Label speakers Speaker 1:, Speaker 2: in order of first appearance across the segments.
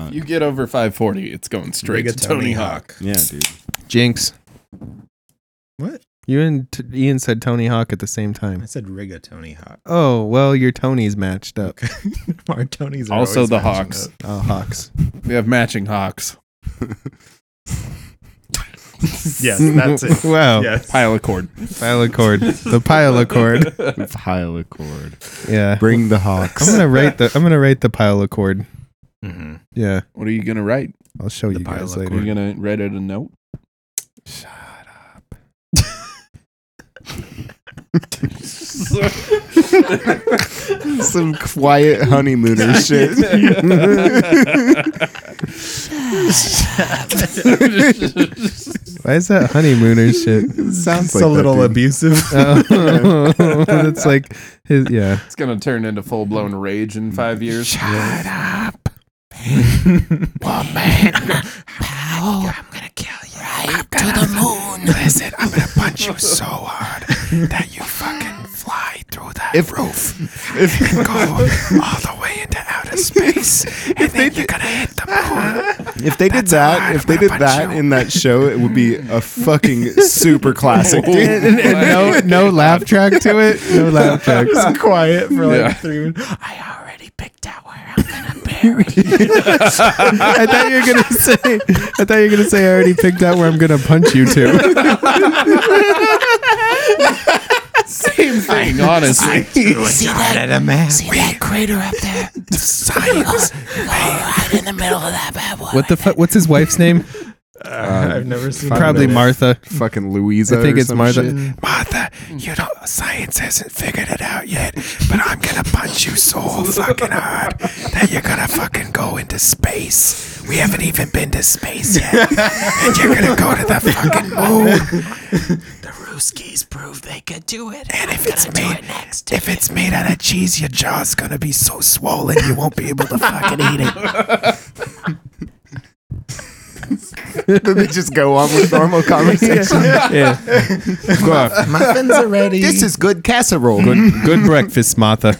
Speaker 1: Hawk.
Speaker 2: You get over 540, it's going straight to
Speaker 3: Big
Speaker 2: Tony, Hawk.
Speaker 1: yeah, dude.
Speaker 4: Jinx.
Speaker 3: What?
Speaker 4: You and t- Ian said Tony Hawk at the same
Speaker 3: I
Speaker 4: time.
Speaker 3: said Riga Tony Hawk.
Speaker 4: Oh, well, your Tony's matched up.
Speaker 3: Okay. Our Tonys are
Speaker 2: Also
Speaker 3: always
Speaker 2: the
Speaker 3: matching
Speaker 2: Hawks.
Speaker 3: up.
Speaker 4: Oh, Hawks.
Speaker 2: We have matching Hawks.
Speaker 3: Yes, that's it.
Speaker 4: wow.
Speaker 3: Yes.
Speaker 2: Pile of cord.
Speaker 4: Oh. Pile of cord. The pile of cord.
Speaker 1: Pile of cord.
Speaker 4: Yeah.
Speaker 1: Bring the
Speaker 4: I'm
Speaker 1: Hawks.
Speaker 4: gonna rate the I'm gonna rate the pile of cord.
Speaker 3: hmm
Speaker 4: Yeah.
Speaker 2: What are you going to write?
Speaker 4: I'll show
Speaker 3: The
Speaker 4: you
Speaker 3: pile
Speaker 4: guys
Speaker 3: of
Speaker 2: Are you
Speaker 4: later.
Speaker 2: going to write out a note?
Speaker 1: Some quiet honeymooner shit.
Speaker 4: Why is that honeymooner shit?
Speaker 1: Sounds
Speaker 3: It's
Speaker 1: like
Speaker 3: a little
Speaker 1: that, dude.
Speaker 3: abusive.
Speaker 4: Oh, that's like his yeah.
Speaker 2: It's going to turn into full blown rage in five years.
Speaker 4: Shut up. Woman. Pow. I'm gonna kill you. Right to the moon. Listen, I'm gonna punch you so hard that you fucking fly through that
Speaker 1: If-
Speaker 4: roof and go all the way into outer space. And then you're gonna hit the moon.
Speaker 1: If they did that, if they did that in that show, it would be a fucking super classic, dude.
Speaker 4: and, and no no laugh track to it. No laugh track.
Speaker 3: It's quiet for like
Speaker 2: Yeah.
Speaker 3: three minutes.
Speaker 4: I already picked out where I'm gonna bury you. I thought you were gonna say. I thought you were gonna say I already picked out where I'm gonna punch you to.
Speaker 2: Same thing, honestly.
Speaker 3: See that at a man.
Speaker 4: What the fuck? What's his wife's name?
Speaker 3: I've never seen.
Speaker 4: Probably
Speaker 3: that.
Speaker 4: Martha.
Speaker 1: Fucking Louisa.
Speaker 4: I think
Speaker 1: or
Speaker 4: it's
Speaker 1: some
Speaker 4: Martha.
Speaker 1: shit.
Speaker 4: Martha, you don't. Science hasn't figured it out yet, but I'm gonna punch you so fucking hard that you're gonna fucking go into space. We haven't even been to space yet, and you're gonna go to the fucking moon. The Ruskies proved they could do it. And if it's made, if it's made out of cheese, your jaw's gonna be so swollen you won't be able to fucking eat it.
Speaker 1: Then they just go on with normal conversation.
Speaker 4: Yeah.
Speaker 3: Muffins are ready.
Speaker 1: This is good casserole.
Speaker 4: Good breakfast, Martha.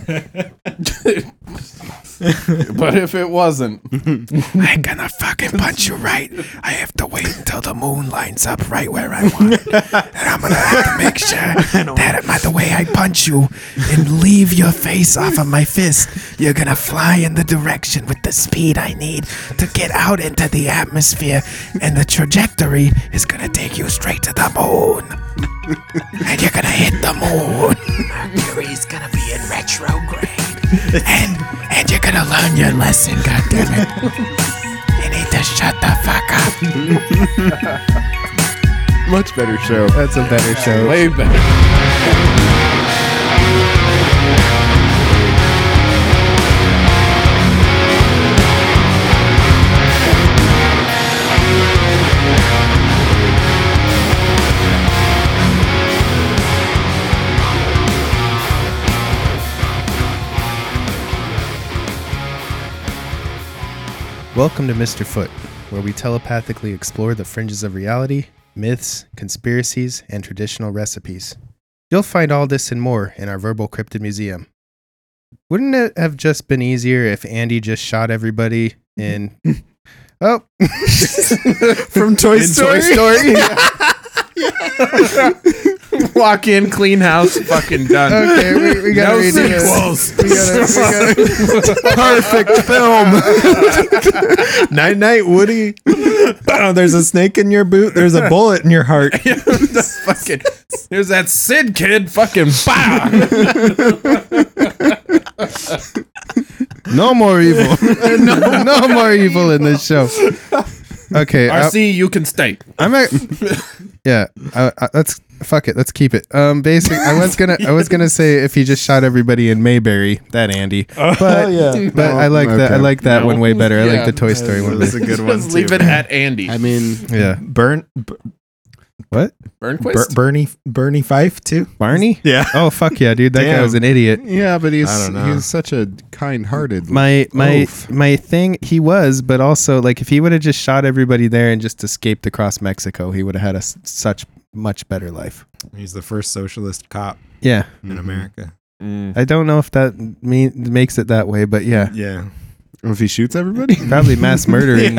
Speaker 2: But if it wasn't,
Speaker 4: I'm gonna fucking punch you right. I have to wait until the moon lines up right where I want it. And I'm gonna have to make sure that by the way I punch you and leave your face off of my fist, you're gonna fly in the direction with the speed I need to get out into the atmosphere, and the trajectory is gonna take you straight to the moon. And you're gonna hit the moon. Mercury's gonna be in retrograde. And and you're gonna learn your lesson, goddammit. You need to shut the fuck up.
Speaker 1: Much better show.
Speaker 4: That's a better show.
Speaker 2: way better.
Speaker 4: Welcome to Mr. Foot, where we telepathically explore the fringes of reality, myths, conspiracies, and traditional recipes. You'll find all this and more in our Verbal Cryptid Museum. Wouldn't it have just been easier if Andy just shot everybody in. Oh,
Speaker 1: From Toy
Speaker 4: in Toy Story.
Speaker 2: Walk in, clean house, fucking done.
Speaker 4: Okay, we, we gotta
Speaker 2: No
Speaker 4: redo this.
Speaker 2: sequels.
Speaker 4: We gotta, we gotta,
Speaker 1: Perfect film.
Speaker 3: Night night, Woody. oh, there's a snake in your boot. There's a bullet in your heart.
Speaker 2: fucking, there's that Sid kid, fucking bah!
Speaker 4: no more evil. no, no more evil in this show. Okay, I-
Speaker 2: RC, you can stay.
Speaker 4: I'm at, yeah. I, I, let's fuck it. Let's keep it. Um, basic. I was gonna. I was gonna say if he just shot everybody in Mayberry, that Andy. But
Speaker 3: yeah.
Speaker 4: but I like that. I
Speaker 1: okay.
Speaker 4: like that
Speaker 2: No.
Speaker 4: one way better. I
Speaker 2: Yeah.
Speaker 4: like the Toy Story one.
Speaker 3: That's
Speaker 4: Better.
Speaker 3: a good one.
Speaker 2: Just leave it at Andy.
Speaker 1: I mean,
Speaker 4: Yeah.
Speaker 3: Burn, b-
Speaker 4: What?
Speaker 3: Ber-
Speaker 2: Burnquist?
Speaker 3: Bernie, Bernie Fife too.
Speaker 4: Barney?
Speaker 3: Yeah.
Speaker 4: Oh fuck yeah, dude. That guy
Speaker 3: Damn.
Speaker 4: was an idiot.
Speaker 1: yeah, but he's
Speaker 3: I don't know.
Speaker 1: he's such a kind-hearted.
Speaker 4: My my
Speaker 1: Oof.
Speaker 4: my thing. He was, but also like if he would have just shot everybody there and just escaped across Mexico, he would have had a s- such much better life.
Speaker 3: He's the first socialist cop
Speaker 4: Yeah.
Speaker 3: in America.
Speaker 4: I don't know if that mean, makes it that way, but yeah.
Speaker 3: Yeah.
Speaker 2: Oh,
Speaker 1: If he shoots everybody,
Speaker 4: Probably mass murdering.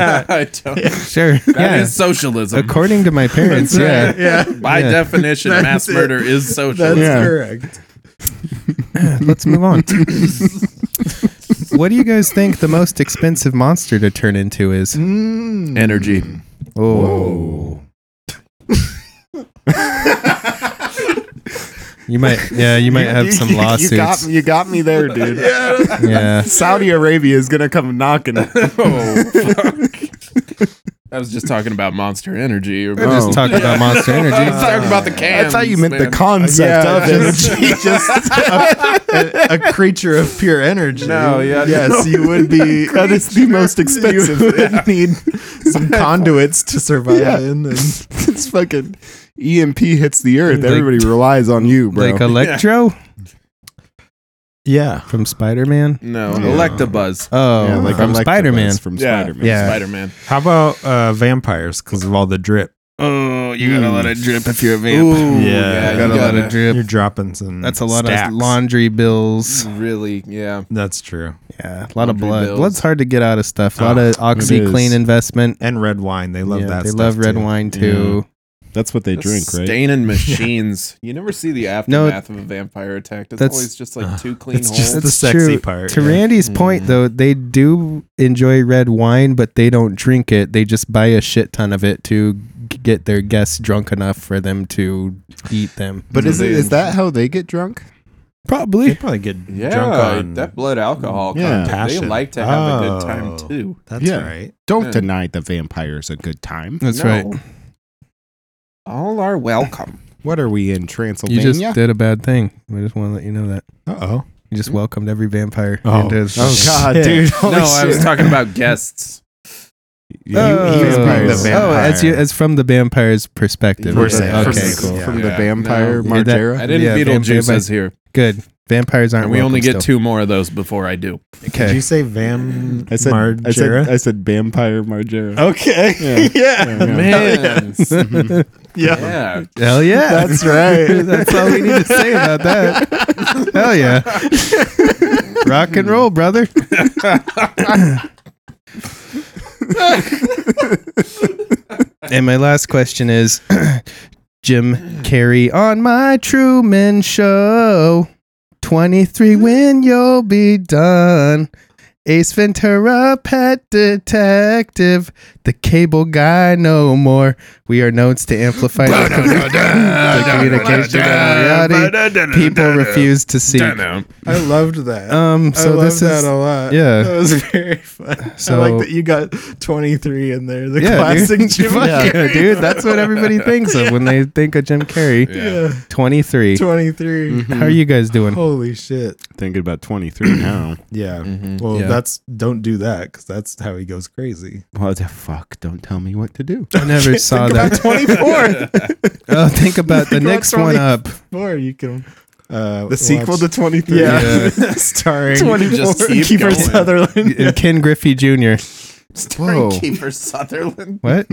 Speaker 2: I don't.
Speaker 4: Sure.
Speaker 2: That
Speaker 4: yeah.
Speaker 2: is socialism.
Speaker 4: According to my parents, yeah. yeah.
Speaker 2: By
Speaker 4: Yeah.
Speaker 2: definition, mass
Speaker 4: That's it.
Speaker 2: murder is
Speaker 4: That's
Speaker 2: socialism.
Speaker 1: Yeah.
Speaker 4: correct. Let's move on. what do you guys think the most expensive monster to turn into is?
Speaker 1: Mm.
Speaker 2: Energy.
Speaker 4: Oh. you might yeah, you might have some lawsuits.
Speaker 1: You got, me- you got me there, dude.
Speaker 4: Yeah.
Speaker 1: Saudi Arabia is gonna come knocking.
Speaker 2: Oh, fuck. I was just talking about Monster Energy. Or
Speaker 1: just
Speaker 4: Just talk about monster
Speaker 2: I was
Speaker 4: energy.
Speaker 2: talking about the
Speaker 1: I
Speaker 2: cans.
Speaker 1: thought you meant
Speaker 2: man.
Speaker 1: the concept
Speaker 4: Yeah,
Speaker 1: of
Speaker 4: just-
Speaker 1: energy.
Speaker 4: Just a, a creature of pure energy.
Speaker 2: No, yeah,
Speaker 4: Yes, you would be
Speaker 1: that is the most expensive.
Speaker 4: You would need some conduits to survive
Speaker 1: Yeah.
Speaker 4: in. And
Speaker 1: it's fucking EMP hits the earth. Everybody relies on you, bro.
Speaker 4: like uh, Electro
Speaker 1: yeah.
Speaker 4: from Spider Man.
Speaker 2: No,
Speaker 1: Yeah.
Speaker 2: Electabuzz.
Speaker 4: Oh,
Speaker 1: Yeah, like
Speaker 4: from
Speaker 1: Electabuzz
Speaker 4: Spider Man.
Speaker 1: From
Speaker 2: Yeah.
Speaker 1: Spider-Man.
Speaker 4: Yeah.
Speaker 2: Spider Man.
Speaker 3: How about uh, vampires because of all the drip?
Speaker 2: Oh, you got a lot of drip if you're a vamp.
Speaker 3: Ooh,
Speaker 2: yeah,
Speaker 3: yeah,
Speaker 2: you
Speaker 4: Got a lot
Speaker 2: gotta-
Speaker 4: of drip.
Speaker 3: You're dropping some.
Speaker 4: That's a lot
Speaker 3: stacks.
Speaker 4: of laundry bills.
Speaker 2: Really, yeah.
Speaker 3: That's true.
Speaker 4: Yeah, a lot of
Speaker 2: Mm. Laundry
Speaker 4: blood.
Speaker 2: bills.
Speaker 4: Blood's hard to get out of stuff. A lot
Speaker 3: Oh,
Speaker 4: of oxy clean
Speaker 1: is.
Speaker 4: investment.
Speaker 3: And red wine. They love
Speaker 4: Yeah,
Speaker 3: that.
Speaker 4: They
Speaker 3: stuff
Speaker 4: love red
Speaker 3: too.
Speaker 4: wine too.
Speaker 1: That's what they drink, right?
Speaker 2: Staining machines. You never see the aftermath of a vampire attack. It's
Speaker 4: that's-
Speaker 2: always just like
Speaker 3: uh,
Speaker 2: two clean
Speaker 3: It's
Speaker 2: holes.
Speaker 3: just the
Speaker 4: That's
Speaker 3: sexy
Speaker 4: true.
Speaker 3: part.
Speaker 4: To
Speaker 3: yeah.
Speaker 4: Randy's point,
Speaker 2: Mm.
Speaker 4: though, they do enjoy red wine, but they don't drink it. They just buy a shit ton of it to g- get their guests drunk enough for them to eat them.
Speaker 1: But is
Speaker 2: They-
Speaker 1: it, is that how they get drunk?
Speaker 3: They
Speaker 4: Probably.
Speaker 3: probably get
Speaker 2: yeah,
Speaker 3: drunk on.
Speaker 2: that blood alcohol.
Speaker 1: Yeah.
Speaker 2: content. They
Speaker 3: Passion.
Speaker 2: like to have a good
Speaker 3: Oh.
Speaker 2: time too.
Speaker 3: that's
Speaker 1: Yeah.
Speaker 3: right.
Speaker 1: Don't
Speaker 2: Yeah.
Speaker 1: deny the vampires a good time.
Speaker 4: That's
Speaker 2: No.
Speaker 4: right.
Speaker 2: All are welcome.
Speaker 1: What are we in
Speaker 4: You
Speaker 1: Transylvania?
Speaker 4: just did a bad thing. I just want to let you know that.
Speaker 3: Uh oh.
Speaker 4: You
Speaker 2: Hmm?
Speaker 4: just welcomed every vampire
Speaker 3: Oh.
Speaker 4: into his
Speaker 1: oh God,
Speaker 3: Shit.
Speaker 1: dude! Holy
Speaker 2: no, I was
Speaker 1: shit.
Speaker 2: talking about guests.
Speaker 1: You- he was being the
Speaker 3: Oh.
Speaker 1: vampire.
Speaker 4: Oh, as, you, as from the vampire's perspective.
Speaker 3: We're safe.
Speaker 4: Okay,
Speaker 3: From-
Speaker 4: cool.
Speaker 1: From the
Speaker 2: Yeah.
Speaker 1: vampire
Speaker 2: No.
Speaker 4: Yeah, that-
Speaker 1: Margera.
Speaker 2: I didn't
Speaker 4: Yeah,
Speaker 2: Beetlejuice
Speaker 4: vampire-
Speaker 2: is here.
Speaker 4: Good. Vampires aren't.
Speaker 2: And we only
Speaker 4: welcome
Speaker 2: get
Speaker 4: still.
Speaker 2: two more of those before I do.
Speaker 4: Okay.
Speaker 3: Did you say Van
Speaker 1: I said, I
Speaker 3: Margera?
Speaker 1: said, I said vampire Margera.
Speaker 3: okay.
Speaker 1: Yeah.
Speaker 3: yeah.
Speaker 2: Man.
Speaker 1: Mhm.
Speaker 2: yeah.
Speaker 4: Hell Oh, yeah.
Speaker 1: That's right.
Speaker 4: That's all we need to say about that. Hell yeah. Rock and roll, brother. and my last question is Jim Carrey on my Truman Show. 23 when you'll be done. Ace Ventura, pet detective, the cable guy no more. We are known to amplify the, communication and reality people refuse to see.
Speaker 3: I loved that.
Speaker 4: Um, so
Speaker 3: I
Speaker 4: this
Speaker 3: love
Speaker 4: is
Speaker 3: that a lot.
Speaker 4: yeah.
Speaker 3: that was very fun.
Speaker 4: So-
Speaker 3: I like that you got 23 in there. The
Speaker 4: yeah,
Speaker 3: classic
Speaker 4: dude.
Speaker 3: Jim
Speaker 4: Fuck yeah,
Speaker 3: Carrey.
Speaker 4: dude. That's what everybody thinks of when they think of Jim Carrey.
Speaker 2: Yeah.
Speaker 3: Yeah, Oh,
Speaker 4: Twenty three.
Speaker 3: 23.
Speaker 4: How are you guys doing?
Speaker 3: Holy shit!
Speaker 1: Thinking about 23 now.
Speaker 3: Yeah.
Speaker 1: Mm-hmm.
Speaker 2: Mhm.
Speaker 3: Well,
Speaker 4: Yeah.
Speaker 3: that's don't do that because that's how he goes crazy.
Speaker 1: What the fuck? Don't tell me what to do.
Speaker 4: I never saw that.
Speaker 3: Twenty four.
Speaker 4: Oh, think about the
Speaker 3: Think about
Speaker 4: next one
Speaker 3: 20.
Speaker 4: up.
Speaker 3: Four. You can. Uh,
Speaker 1: The sequel to 23.
Speaker 3: yeah, starring
Speaker 2: You can just keep
Speaker 3: Kiefer
Speaker 2: going.
Speaker 3: Sutherland.
Speaker 4: And uh, Ken Griffey Jr.
Speaker 1: Whoa.
Speaker 2: Kiefer Sutherland.
Speaker 4: What?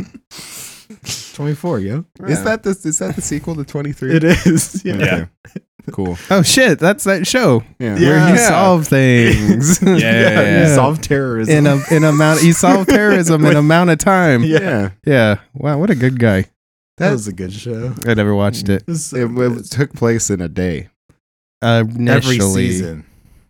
Speaker 3: Twenty four. Yo,
Speaker 1: Is that the is that the sequel to 23?
Speaker 3: it is. Yeah.
Speaker 2: Yeah.
Speaker 1: Cool.
Speaker 4: Oh shit! That's that show
Speaker 1: Yeah.
Speaker 4: where you
Speaker 2: Yeah.
Speaker 4: solve things
Speaker 2: Yeah. yeah,
Speaker 3: You
Speaker 2: yeah.
Speaker 3: solve terrorism.
Speaker 4: in a in amount. You solve terrorism in amount of time.
Speaker 3: yeah.
Speaker 1: Yeah.
Speaker 4: Yeah. Wow. What a good guy.
Speaker 3: that was a good show.
Speaker 4: I never watched it.
Speaker 3: It was so
Speaker 1: It, w-
Speaker 3: good.
Speaker 1: took place in a day. Mm-hmm.
Speaker 4: Uh,
Speaker 3: every
Speaker 4: initially.
Speaker 3: season.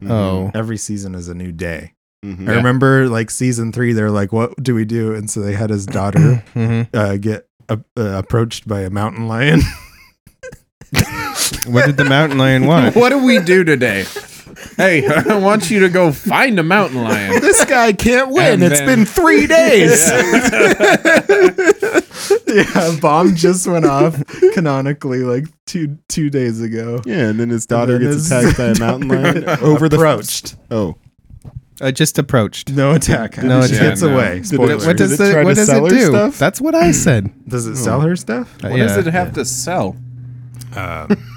Speaker 4: Oh.
Speaker 3: Every season is a new day.
Speaker 1: Mhm.
Speaker 3: I remember like season three, they're like, "What do we do?" And so they had his daughter
Speaker 4: Mhm.
Speaker 3: uh, get uh, uh, approached by a mountain lion.
Speaker 4: What did the mountain lion want?
Speaker 2: What do we do today? Hey, I want you to go find a mountain lion.
Speaker 1: This guy can't win.
Speaker 2: And
Speaker 1: It's
Speaker 2: then-
Speaker 1: been three days.
Speaker 3: yeah, a bomb just went off canonically like two two days ago.
Speaker 1: Yeah, and then his daughter
Speaker 3: then
Speaker 1: gets
Speaker 3: his
Speaker 1: attacked by a mountain lion over the
Speaker 3: Approached.
Speaker 1: oh.
Speaker 4: Uh, just approached.
Speaker 3: No attack. No,
Speaker 4: No
Speaker 3: she
Speaker 4: attack,
Speaker 3: gets
Speaker 2: no.
Speaker 3: away.
Speaker 1: Did it-
Speaker 3: Spoiler.
Speaker 4: What does
Speaker 1: Did it
Speaker 4: the,
Speaker 1: try
Speaker 4: what
Speaker 1: to
Speaker 4: does
Speaker 1: sell
Speaker 4: it
Speaker 1: her
Speaker 4: do?
Speaker 1: stuff?
Speaker 4: That's what I said.
Speaker 3: Does it sell her stuff?
Speaker 4: Uh,
Speaker 2: What does it have to sell?
Speaker 3: Um,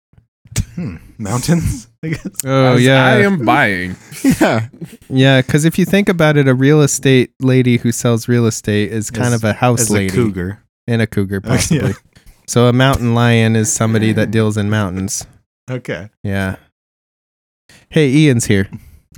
Speaker 3: hmm, mountains. I guess.
Speaker 4: Oh
Speaker 2: As
Speaker 4: yeah,
Speaker 2: I am buying.
Speaker 1: Yeah.
Speaker 4: yeah. Because if you think about it, a real estate lady who sells real estate is kind
Speaker 3: As-
Speaker 4: of a house
Speaker 3: As
Speaker 4: lady
Speaker 3: a cougar.
Speaker 4: and a cougar
Speaker 3: Oh, yeah.
Speaker 4: possibly. So a mountain lion is somebody that deals in mountains.
Speaker 3: Okay.
Speaker 4: Yeah. Hey, Ian's here.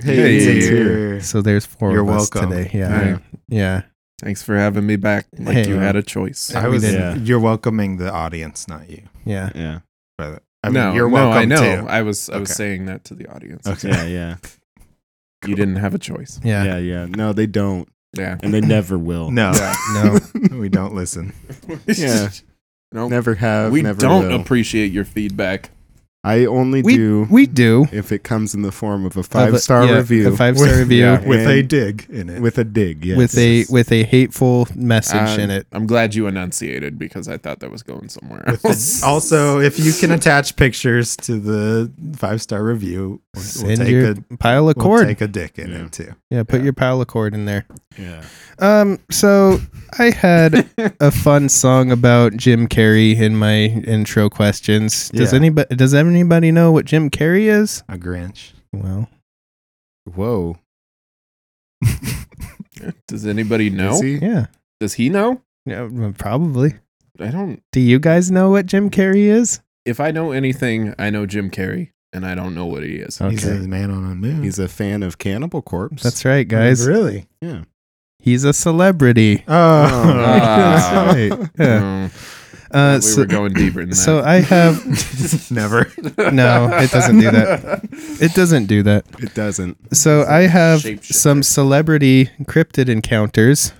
Speaker 1: Hey,
Speaker 2: Hey.
Speaker 1: it's here.
Speaker 4: So there's four
Speaker 3: You're
Speaker 4: of us
Speaker 3: welcome.
Speaker 4: today. Yeah.
Speaker 2: Yeah.
Speaker 4: Yeah.
Speaker 2: Thanks for having me back. Like
Speaker 4: Hey.
Speaker 2: you had a choice.
Speaker 3: I
Speaker 4: We
Speaker 3: was.
Speaker 4: did.
Speaker 1: Yeah.
Speaker 3: You're welcoming the audience, not you.
Speaker 4: Yeah.
Speaker 1: Yeah.
Speaker 3: But I mean,
Speaker 2: no,
Speaker 3: you're
Speaker 2: no,
Speaker 3: welcome
Speaker 2: I know.
Speaker 3: too.
Speaker 2: I was I was
Speaker 3: Okay.
Speaker 2: saying that to the audience.
Speaker 3: Okay.
Speaker 1: Yeah. Yeah.
Speaker 2: You didn't have a choice.
Speaker 4: Yeah.
Speaker 1: Yeah. Yeah. No, they don't,
Speaker 2: Yeah.
Speaker 1: and they never will.
Speaker 3: No,
Speaker 4: No.
Speaker 3: we don't listen.
Speaker 1: Yeah.
Speaker 2: No.
Speaker 1: Never have.
Speaker 2: we
Speaker 1: never
Speaker 2: don't
Speaker 1: will.
Speaker 2: appreciate your feedback.
Speaker 1: I only
Speaker 4: We
Speaker 1: do
Speaker 4: we do.
Speaker 1: if it comes in the form of a
Speaker 4: Of a-
Speaker 1: five star
Speaker 4: yeah,
Speaker 1: review
Speaker 4: A five star
Speaker 3: With-
Speaker 4: review
Speaker 2: yeah.
Speaker 3: With a
Speaker 1: And-
Speaker 3: dig in it.
Speaker 1: with a dig. Yes.
Speaker 4: with a with a hateful message
Speaker 3: Uh,
Speaker 2: I'm,
Speaker 4: in it.
Speaker 2: Um, I'm glad you enunciated because I thought that was going somewhere
Speaker 3: With
Speaker 2: else.
Speaker 3: a- also, if you can attach pictures to the five star review, we'll, we'll
Speaker 4: Send
Speaker 3: take
Speaker 4: your
Speaker 3: a
Speaker 4: pile of
Speaker 3: we'll
Speaker 4: cord.
Speaker 3: take a dick in
Speaker 1: Yeah.
Speaker 3: it too.
Speaker 4: yeah, put your pile of cord in there.
Speaker 1: yeah.
Speaker 4: Um, so I had a fun song about Jim Carrey in my intro questions. Does
Speaker 3: Yeah.
Speaker 4: anybody does anybody know what Jim Carrey is?
Speaker 3: A Grinch.
Speaker 4: Well,
Speaker 1: Whoa.
Speaker 2: does anybody know?
Speaker 1: Is he?
Speaker 4: yeah,
Speaker 2: Does he know?
Speaker 4: yeah, well, probably.
Speaker 2: I don't.
Speaker 4: Do you guys know what Jim Carrey is?
Speaker 2: If I know anything, I know Jim Carrey, and I don't know what he is.
Speaker 3: He's a
Speaker 4: Okay,
Speaker 3: man on a moon.
Speaker 1: He's a fan of Cannibal Corpse.
Speaker 4: Hmm. that's right, guys.
Speaker 3: Really?
Speaker 1: yeah.
Speaker 4: He's a celebrity.
Speaker 3: Oh,
Speaker 2: Ah.
Speaker 4: That's right. Yeah.
Speaker 2: Um,
Speaker 4: Uh,
Speaker 3: Mm-hmm.
Speaker 2: we
Speaker 4: so,
Speaker 2: were going deeper than that.
Speaker 4: so I have
Speaker 3: never.
Speaker 4: No, it doesn't do that. it doesn't do that.
Speaker 1: It doesn't.
Speaker 4: So I have
Speaker 2: Shapeshifter.
Speaker 4: some celebrity cryptid encounters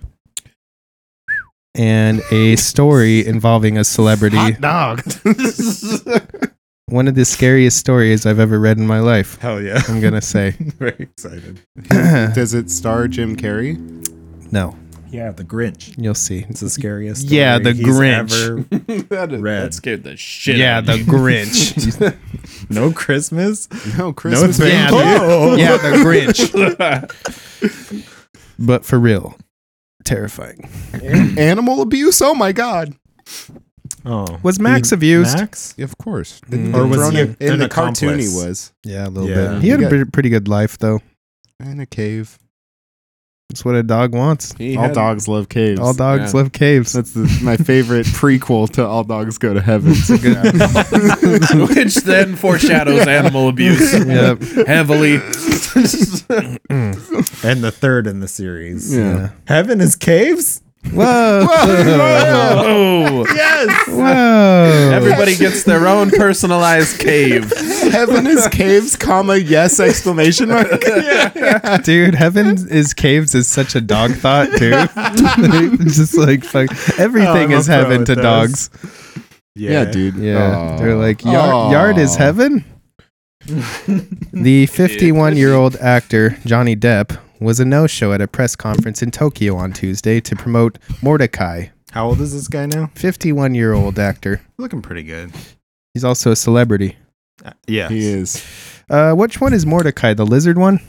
Speaker 4: and a story involving a celebrity.
Speaker 3: dog.
Speaker 4: One of the scariest stories I've ever read in my life.
Speaker 3: Hell yeah.
Speaker 4: I'm gonna say
Speaker 3: Very excited.
Speaker 1: Does it star Jim Carrey?
Speaker 4: no.
Speaker 3: Yeah, the Grinch.
Speaker 4: You'll see.
Speaker 3: It's the scariest.
Speaker 4: Yeah, the Grinch.
Speaker 3: ever-
Speaker 2: that,
Speaker 3: Red.
Speaker 2: that scared the shit
Speaker 4: yeah,
Speaker 2: out
Speaker 4: the
Speaker 2: of me.
Speaker 4: Grinch.
Speaker 3: no Christmas. Oh.
Speaker 1: No, Christmas.
Speaker 3: thank
Speaker 4: yeah,
Speaker 3: you.
Speaker 4: the, yeah, the Grinch. But for real, terrifying.
Speaker 1: Animal abuse? Oh my god.
Speaker 3: Oh,
Speaker 4: Was Max abused?
Speaker 3: Max?
Speaker 1: Of course.
Speaker 4: Mm.
Speaker 3: Or was
Speaker 1: Thrown
Speaker 3: he
Speaker 1: in,
Speaker 3: an
Speaker 1: in the
Speaker 3: accomplice?
Speaker 1: cartoon he was.
Speaker 4: Yeah, a little
Speaker 3: Yeah.
Speaker 4: bit. He had
Speaker 1: You
Speaker 4: a pre- pretty good life though.
Speaker 1: In a cave.
Speaker 4: That's what a dog wants.
Speaker 2: He
Speaker 1: All
Speaker 2: had-
Speaker 1: dogs love caves.
Speaker 4: All dogs
Speaker 2: Yeah.
Speaker 4: love caves.
Speaker 1: That's the, my favorite prequel to All Dogs Go to Heaven.
Speaker 2: which then foreshadows animal abuse
Speaker 4: Yep.
Speaker 2: heavily.
Speaker 3: And the third in the series.
Speaker 1: yeah.
Speaker 3: Heaven is caves?
Speaker 4: Whoa. Whoa.
Speaker 2: oh,
Speaker 3: Yes.
Speaker 2: everybody gets their own personalized cave.
Speaker 1: Heaven is caves, comma yes exclamation mark.
Speaker 4: Dude, heaven is caves is such a dog thought, dude. Just like fuck everything
Speaker 3: Oh, I'm
Speaker 4: is
Speaker 3: a pro
Speaker 4: heaven
Speaker 3: at
Speaker 4: to
Speaker 3: those.
Speaker 4: dogs.
Speaker 1: Yeah, dude.
Speaker 4: Yeah.
Speaker 1: Aw.
Speaker 4: They're like yard,
Speaker 1: Aw.
Speaker 4: yard is heaven. the 51-year-old actor Johnny Depp was a no-show at a press conference in Tokyo on Tuesday to promote Mordecai.
Speaker 3: How old is this guy now?
Speaker 4: 51-year-old actor.
Speaker 3: Looking pretty good.
Speaker 4: He's also a celebrity.
Speaker 3: Uh, yeah.
Speaker 1: He is.
Speaker 4: Uh, which one is Mordecai? The lizard one?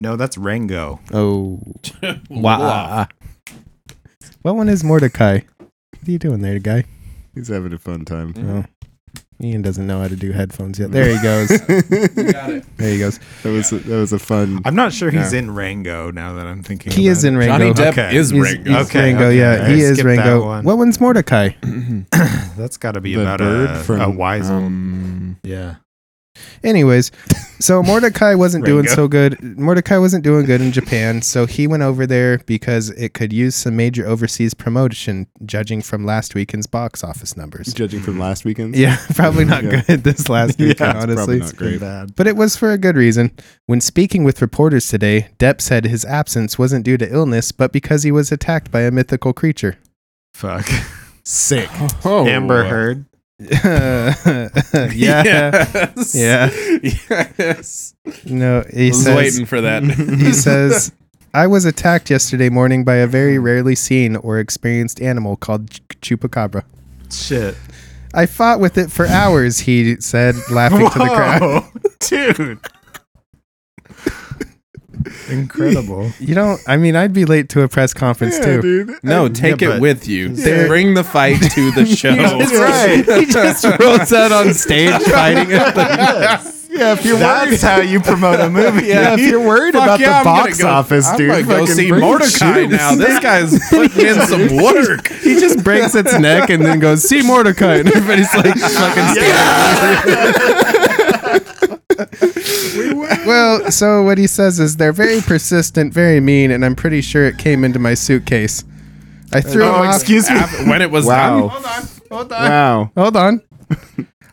Speaker 3: No, that's Rango.
Speaker 4: Oh. Wow. What one is Mordecai? What are you doing there, guy?
Speaker 1: He's having a fun time.
Speaker 4: Oh. Ian doesn't know how to do headphones yet. There he goes.
Speaker 1: that
Speaker 4: there he goes.
Speaker 1: was a, that was a fun.
Speaker 3: I'm not sure he's in Rango now that I'm thinking.
Speaker 4: He
Speaker 3: about
Speaker 4: is in
Speaker 3: it.
Speaker 2: Johnny
Speaker 4: Rango.
Speaker 2: Depp
Speaker 3: Okay.
Speaker 2: is
Speaker 4: He's,
Speaker 2: Rango.
Speaker 4: he's
Speaker 3: Okay,
Speaker 4: Rango,
Speaker 3: okay,
Speaker 4: yeah.
Speaker 3: all right.
Speaker 4: He is
Speaker 3: Skip that
Speaker 4: Rango.
Speaker 3: one.
Speaker 4: What one's Mordecai?
Speaker 3: That's got to be
Speaker 1: The
Speaker 3: about
Speaker 1: bird
Speaker 3: a,
Speaker 1: from,
Speaker 3: a wise one.
Speaker 2: Um,
Speaker 3: Yeah.
Speaker 4: Anyways, so Mordecai wasn't doing
Speaker 3: Rango.
Speaker 4: so good. Mordecai wasn't doing good in Japan, so he went over there because it could use some major overseas promotion, judging from last weekend's box office numbers.
Speaker 1: Judging from last weekend.
Speaker 4: Yeah, probably not
Speaker 1: Yeah.
Speaker 4: good this last
Speaker 3: Yeah,
Speaker 4: weekend,
Speaker 1: it's
Speaker 4: honestly.
Speaker 1: probably not great.
Speaker 3: Bad.
Speaker 4: But it was for a good reason. When speaking with reporters today, Depp said his absence wasn't due to illness, but because he was attacked by a mythical creature.
Speaker 3: Fuck.
Speaker 1: Sick.
Speaker 2: oh.
Speaker 3: Amber Heard.
Speaker 4: yeah. yeah.
Speaker 2: Yes. Yes.
Speaker 4: No, he
Speaker 2: was
Speaker 4: says,
Speaker 2: waiting for that.
Speaker 4: he says, I was attacked yesterday morning by a very rarely seen or experienced animal called ch- chupacabra.
Speaker 3: Shit.
Speaker 4: I fought with it for hours, he said, laughing to the crowd.
Speaker 3: dude. Incredible.
Speaker 4: You don't, I mean, I'd be late to a press conference too.
Speaker 1: dude.
Speaker 2: no, take
Speaker 3: Yeah,
Speaker 2: it
Speaker 3: but-
Speaker 2: with you.
Speaker 3: There-
Speaker 2: Bring the fight to the show.
Speaker 3: That's right.
Speaker 4: he just rolls out on stage fighting it.
Speaker 1: Yeah, if you're worried,
Speaker 3: That's how you promote a movie.
Speaker 1: yeah, if you're worried
Speaker 2: Fuck
Speaker 1: about
Speaker 2: yeah,
Speaker 1: the
Speaker 2: I'm gonna
Speaker 1: box
Speaker 2: go-
Speaker 1: office,
Speaker 2: I'm
Speaker 1: dude,
Speaker 2: gonna go
Speaker 1: fucking
Speaker 2: see
Speaker 1: bring
Speaker 2: Mordecai
Speaker 1: shoes.
Speaker 2: now. This guy's putting in some work.
Speaker 4: He just breaks its neck and then goes, see Mordecai. And everybody's like, fucking scared.
Speaker 3: We
Speaker 1: away.
Speaker 4: Well, so what he says is they're very persistent, very mean, and I'm pretty sure it came into my suitcase. I threw him
Speaker 5: Oh,
Speaker 4: off.
Speaker 5: excuse me.
Speaker 2: Af- when it was
Speaker 1: Wow.
Speaker 2: done.
Speaker 1: Wow.
Speaker 4: Hold on.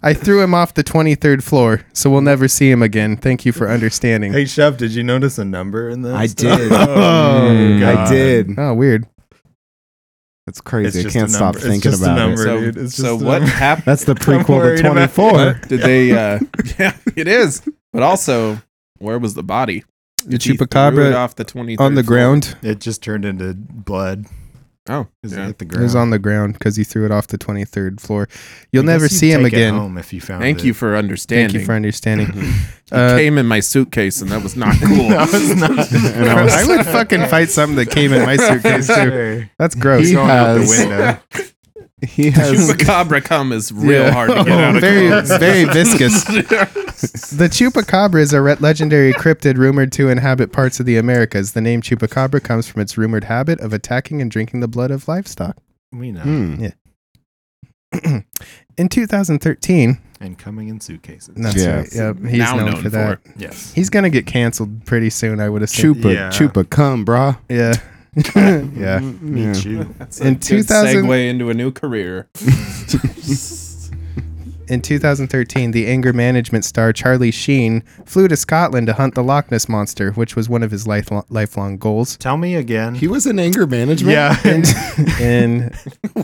Speaker 4: I threw him off the 23rd floor, so we'll never see him again. Thank you for understanding.
Speaker 3: Hey, chef, did you notice a number in this?
Speaker 1: I did. Mm,
Speaker 3: oh,
Speaker 1: I did.
Speaker 4: Oh, weird.
Speaker 1: That's
Speaker 3: It's
Speaker 1: crazy. I
Speaker 3: just
Speaker 1: can't
Speaker 3: a
Speaker 1: stop
Speaker 3: number. It's
Speaker 1: thinking
Speaker 3: just a
Speaker 1: about
Speaker 3: number.
Speaker 1: it.
Speaker 2: So,
Speaker 3: Dude, it's
Speaker 2: so
Speaker 3: just-
Speaker 2: what happened?
Speaker 1: That's the prequel
Speaker 3: worried
Speaker 1: to
Speaker 3: about
Speaker 1: 24.
Speaker 2: Did they? uh Yeah, it is. But also, where was the body?
Speaker 4: The
Speaker 2: He threw it
Speaker 4: chupacabra
Speaker 2: off the twenty
Speaker 4: on the ground.
Speaker 3: It just turned into blood.
Speaker 2: Oh,
Speaker 3: Is
Speaker 2: yeah.
Speaker 3: it hit the
Speaker 4: It was
Speaker 3: ground?
Speaker 4: on the ground because he threw it off the 23rd floor. You'll
Speaker 3: I
Speaker 4: never
Speaker 3: guess you'd
Speaker 4: see him
Speaker 3: take it
Speaker 4: again.
Speaker 3: home if you found
Speaker 2: Thank
Speaker 3: it.
Speaker 2: you for understanding.
Speaker 4: Thank you for understanding.
Speaker 2: He
Speaker 4: Uh,
Speaker 2: came in my suitcase, and that was not cool.
Speaker 3: No, it's not.
Speaker 1: And I was-
Speaker 4: I would fucking fight something that came in my suitcase too.
Speaker 3: Sure.
Speaker 4: That's gross.
Speaker 1: He
Speaker 3: Going out the
Speaker 1: has-
Speaker 3: window.
Speaker 1: He has
Speaker 2: Chupacabra cum is real
Speaker 4: Yeah. Oh,
Speaker 2: hard to get out of.
Speaker 4: very, very viscous. the chupacabra is a re- legendary cryptid rumored to inhabit parts of the Americas. The name chupacabra comes from its rumored habit of attacking and drinking the blood of livestock.
Speaker 3: We know.
Speaker 1: Hmm.
Speaker 4: In 2013,
Speaker 3: And coming in suitcases.
Speaker 4: that's
Speaker 1: Yeah.
Speaker 4: right. Yep, he's
Speaker 2: now
Speaker 4: known, for, that.
Speaker 2: it.
Speaker 3: Yes.
Speaker 4: He's gonna get canceled pretty soon, I would assume.
Speaker 1: chupa
Speaker 3: Yeah.
Speaker 1: chupa cum, brah.
Speaker 4: Yeah, yeah.
Speaker 1: Yeah.
Speaker 3: Meet you.
Speaker 2: That's
Speaker 4: In
Speaker 2: good
Speaker 4: 2000
Speaker 2: segue into a new career.
Speaker 4: In 2013, the anger management star Charlie Sheen flew to Scotland to hunt the Loch Ness monster, which was one of his life- lifelong goals.
Speaker 3: Tell me again.
Speaker 1: He was in anger management.
Speaker 3: yeah.
Speaker 4: In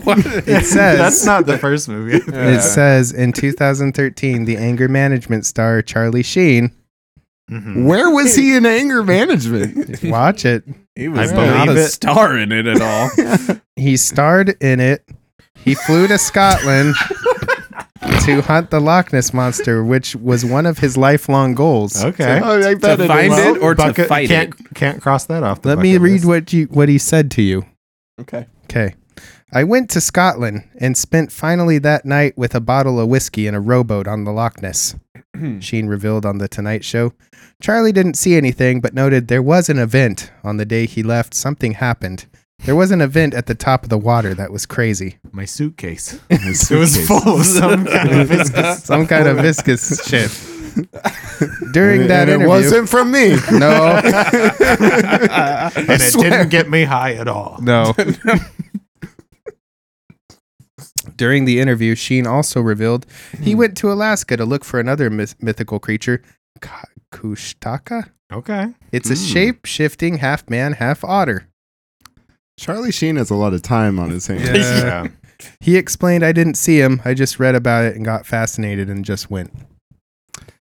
Speaker 2: what?
Speaker 4: it says
Speaker 3: That's not the first movie.
Speaker 4: It says in 2013, the anger management star Charlie Sheen.
Speaker 3: Mhm.
Speaker 1: Hmm. Where was he in anger management?
Speaker 4: Watch it.
Speaker 2: He was
Speaker 3: I
Speaker 2: not
Speaker 3: believe
Speaker 2: a
Speaker 3: it.
Speaker 2: star in it at all.
Speaker 4: He starred in it. He flew to Scotland to hunt the Loch Ness monster, which was one of his lifelong goals.
Speaker 3: Okay.
Speaker 1: I bet
Speaker 2: To
Speaker 1: it
Speaker 2: find
Speaker 1: is.
Speaker 2: it or to
Speaker 3: Bucket-
Speaker 2: fight
Speaker 3: can't,
Speaker 2: it.
Speaker 3: Can't cross that off. the
Speaker 4: Let me
Speaker 3: bucket
Speaker 4: read
Speaker 3: list.
Speaker 4: what you what he said to you.
Speaker 2: Okay.
Speaker 4: Okay. I went to Scotland and spent finally that night with a bottle of whiskey in a rowboat on the Loch Ness. Sheen revealed on The Tonight Show. Charlie didn't see anything, but noted there was an event. On the day he left, something happened. There was an event at the top of the water that was crazy.
Speaker 3: My suitcase.
Speaker 1: His
Speaker 3: It was
Speaker 1: suitcase.
Speaker 3: full of some kind of viscous.
Speaker 4: Some kind of viscous shit. During
Speaker 1: And-
Speaker 4: that
Speaker 1: and
Speaker 4: interview,
Speaker 1: it wasn't from me.
Speaker 4: no,
Speaker 3: and it didn't get me high at all.
Speaker 4: no. During the interview, Sheen also revealed he
Speaker 1: Hmm.
Speaker 4: went to Alaska to look for another myth- mythical creature, Ka- Kushtaka.
Speaker 3: Okay.
Speaker 4: It's a
Speaker 1: Mm.
Speaker 4: shape shifting half man, half otter.
Speaker 1: Charlie Sheen has a lot of time on his hands.
Speaker 4: Yeah. He explained, I didn't see him. I just read about it and got fascinated and just went.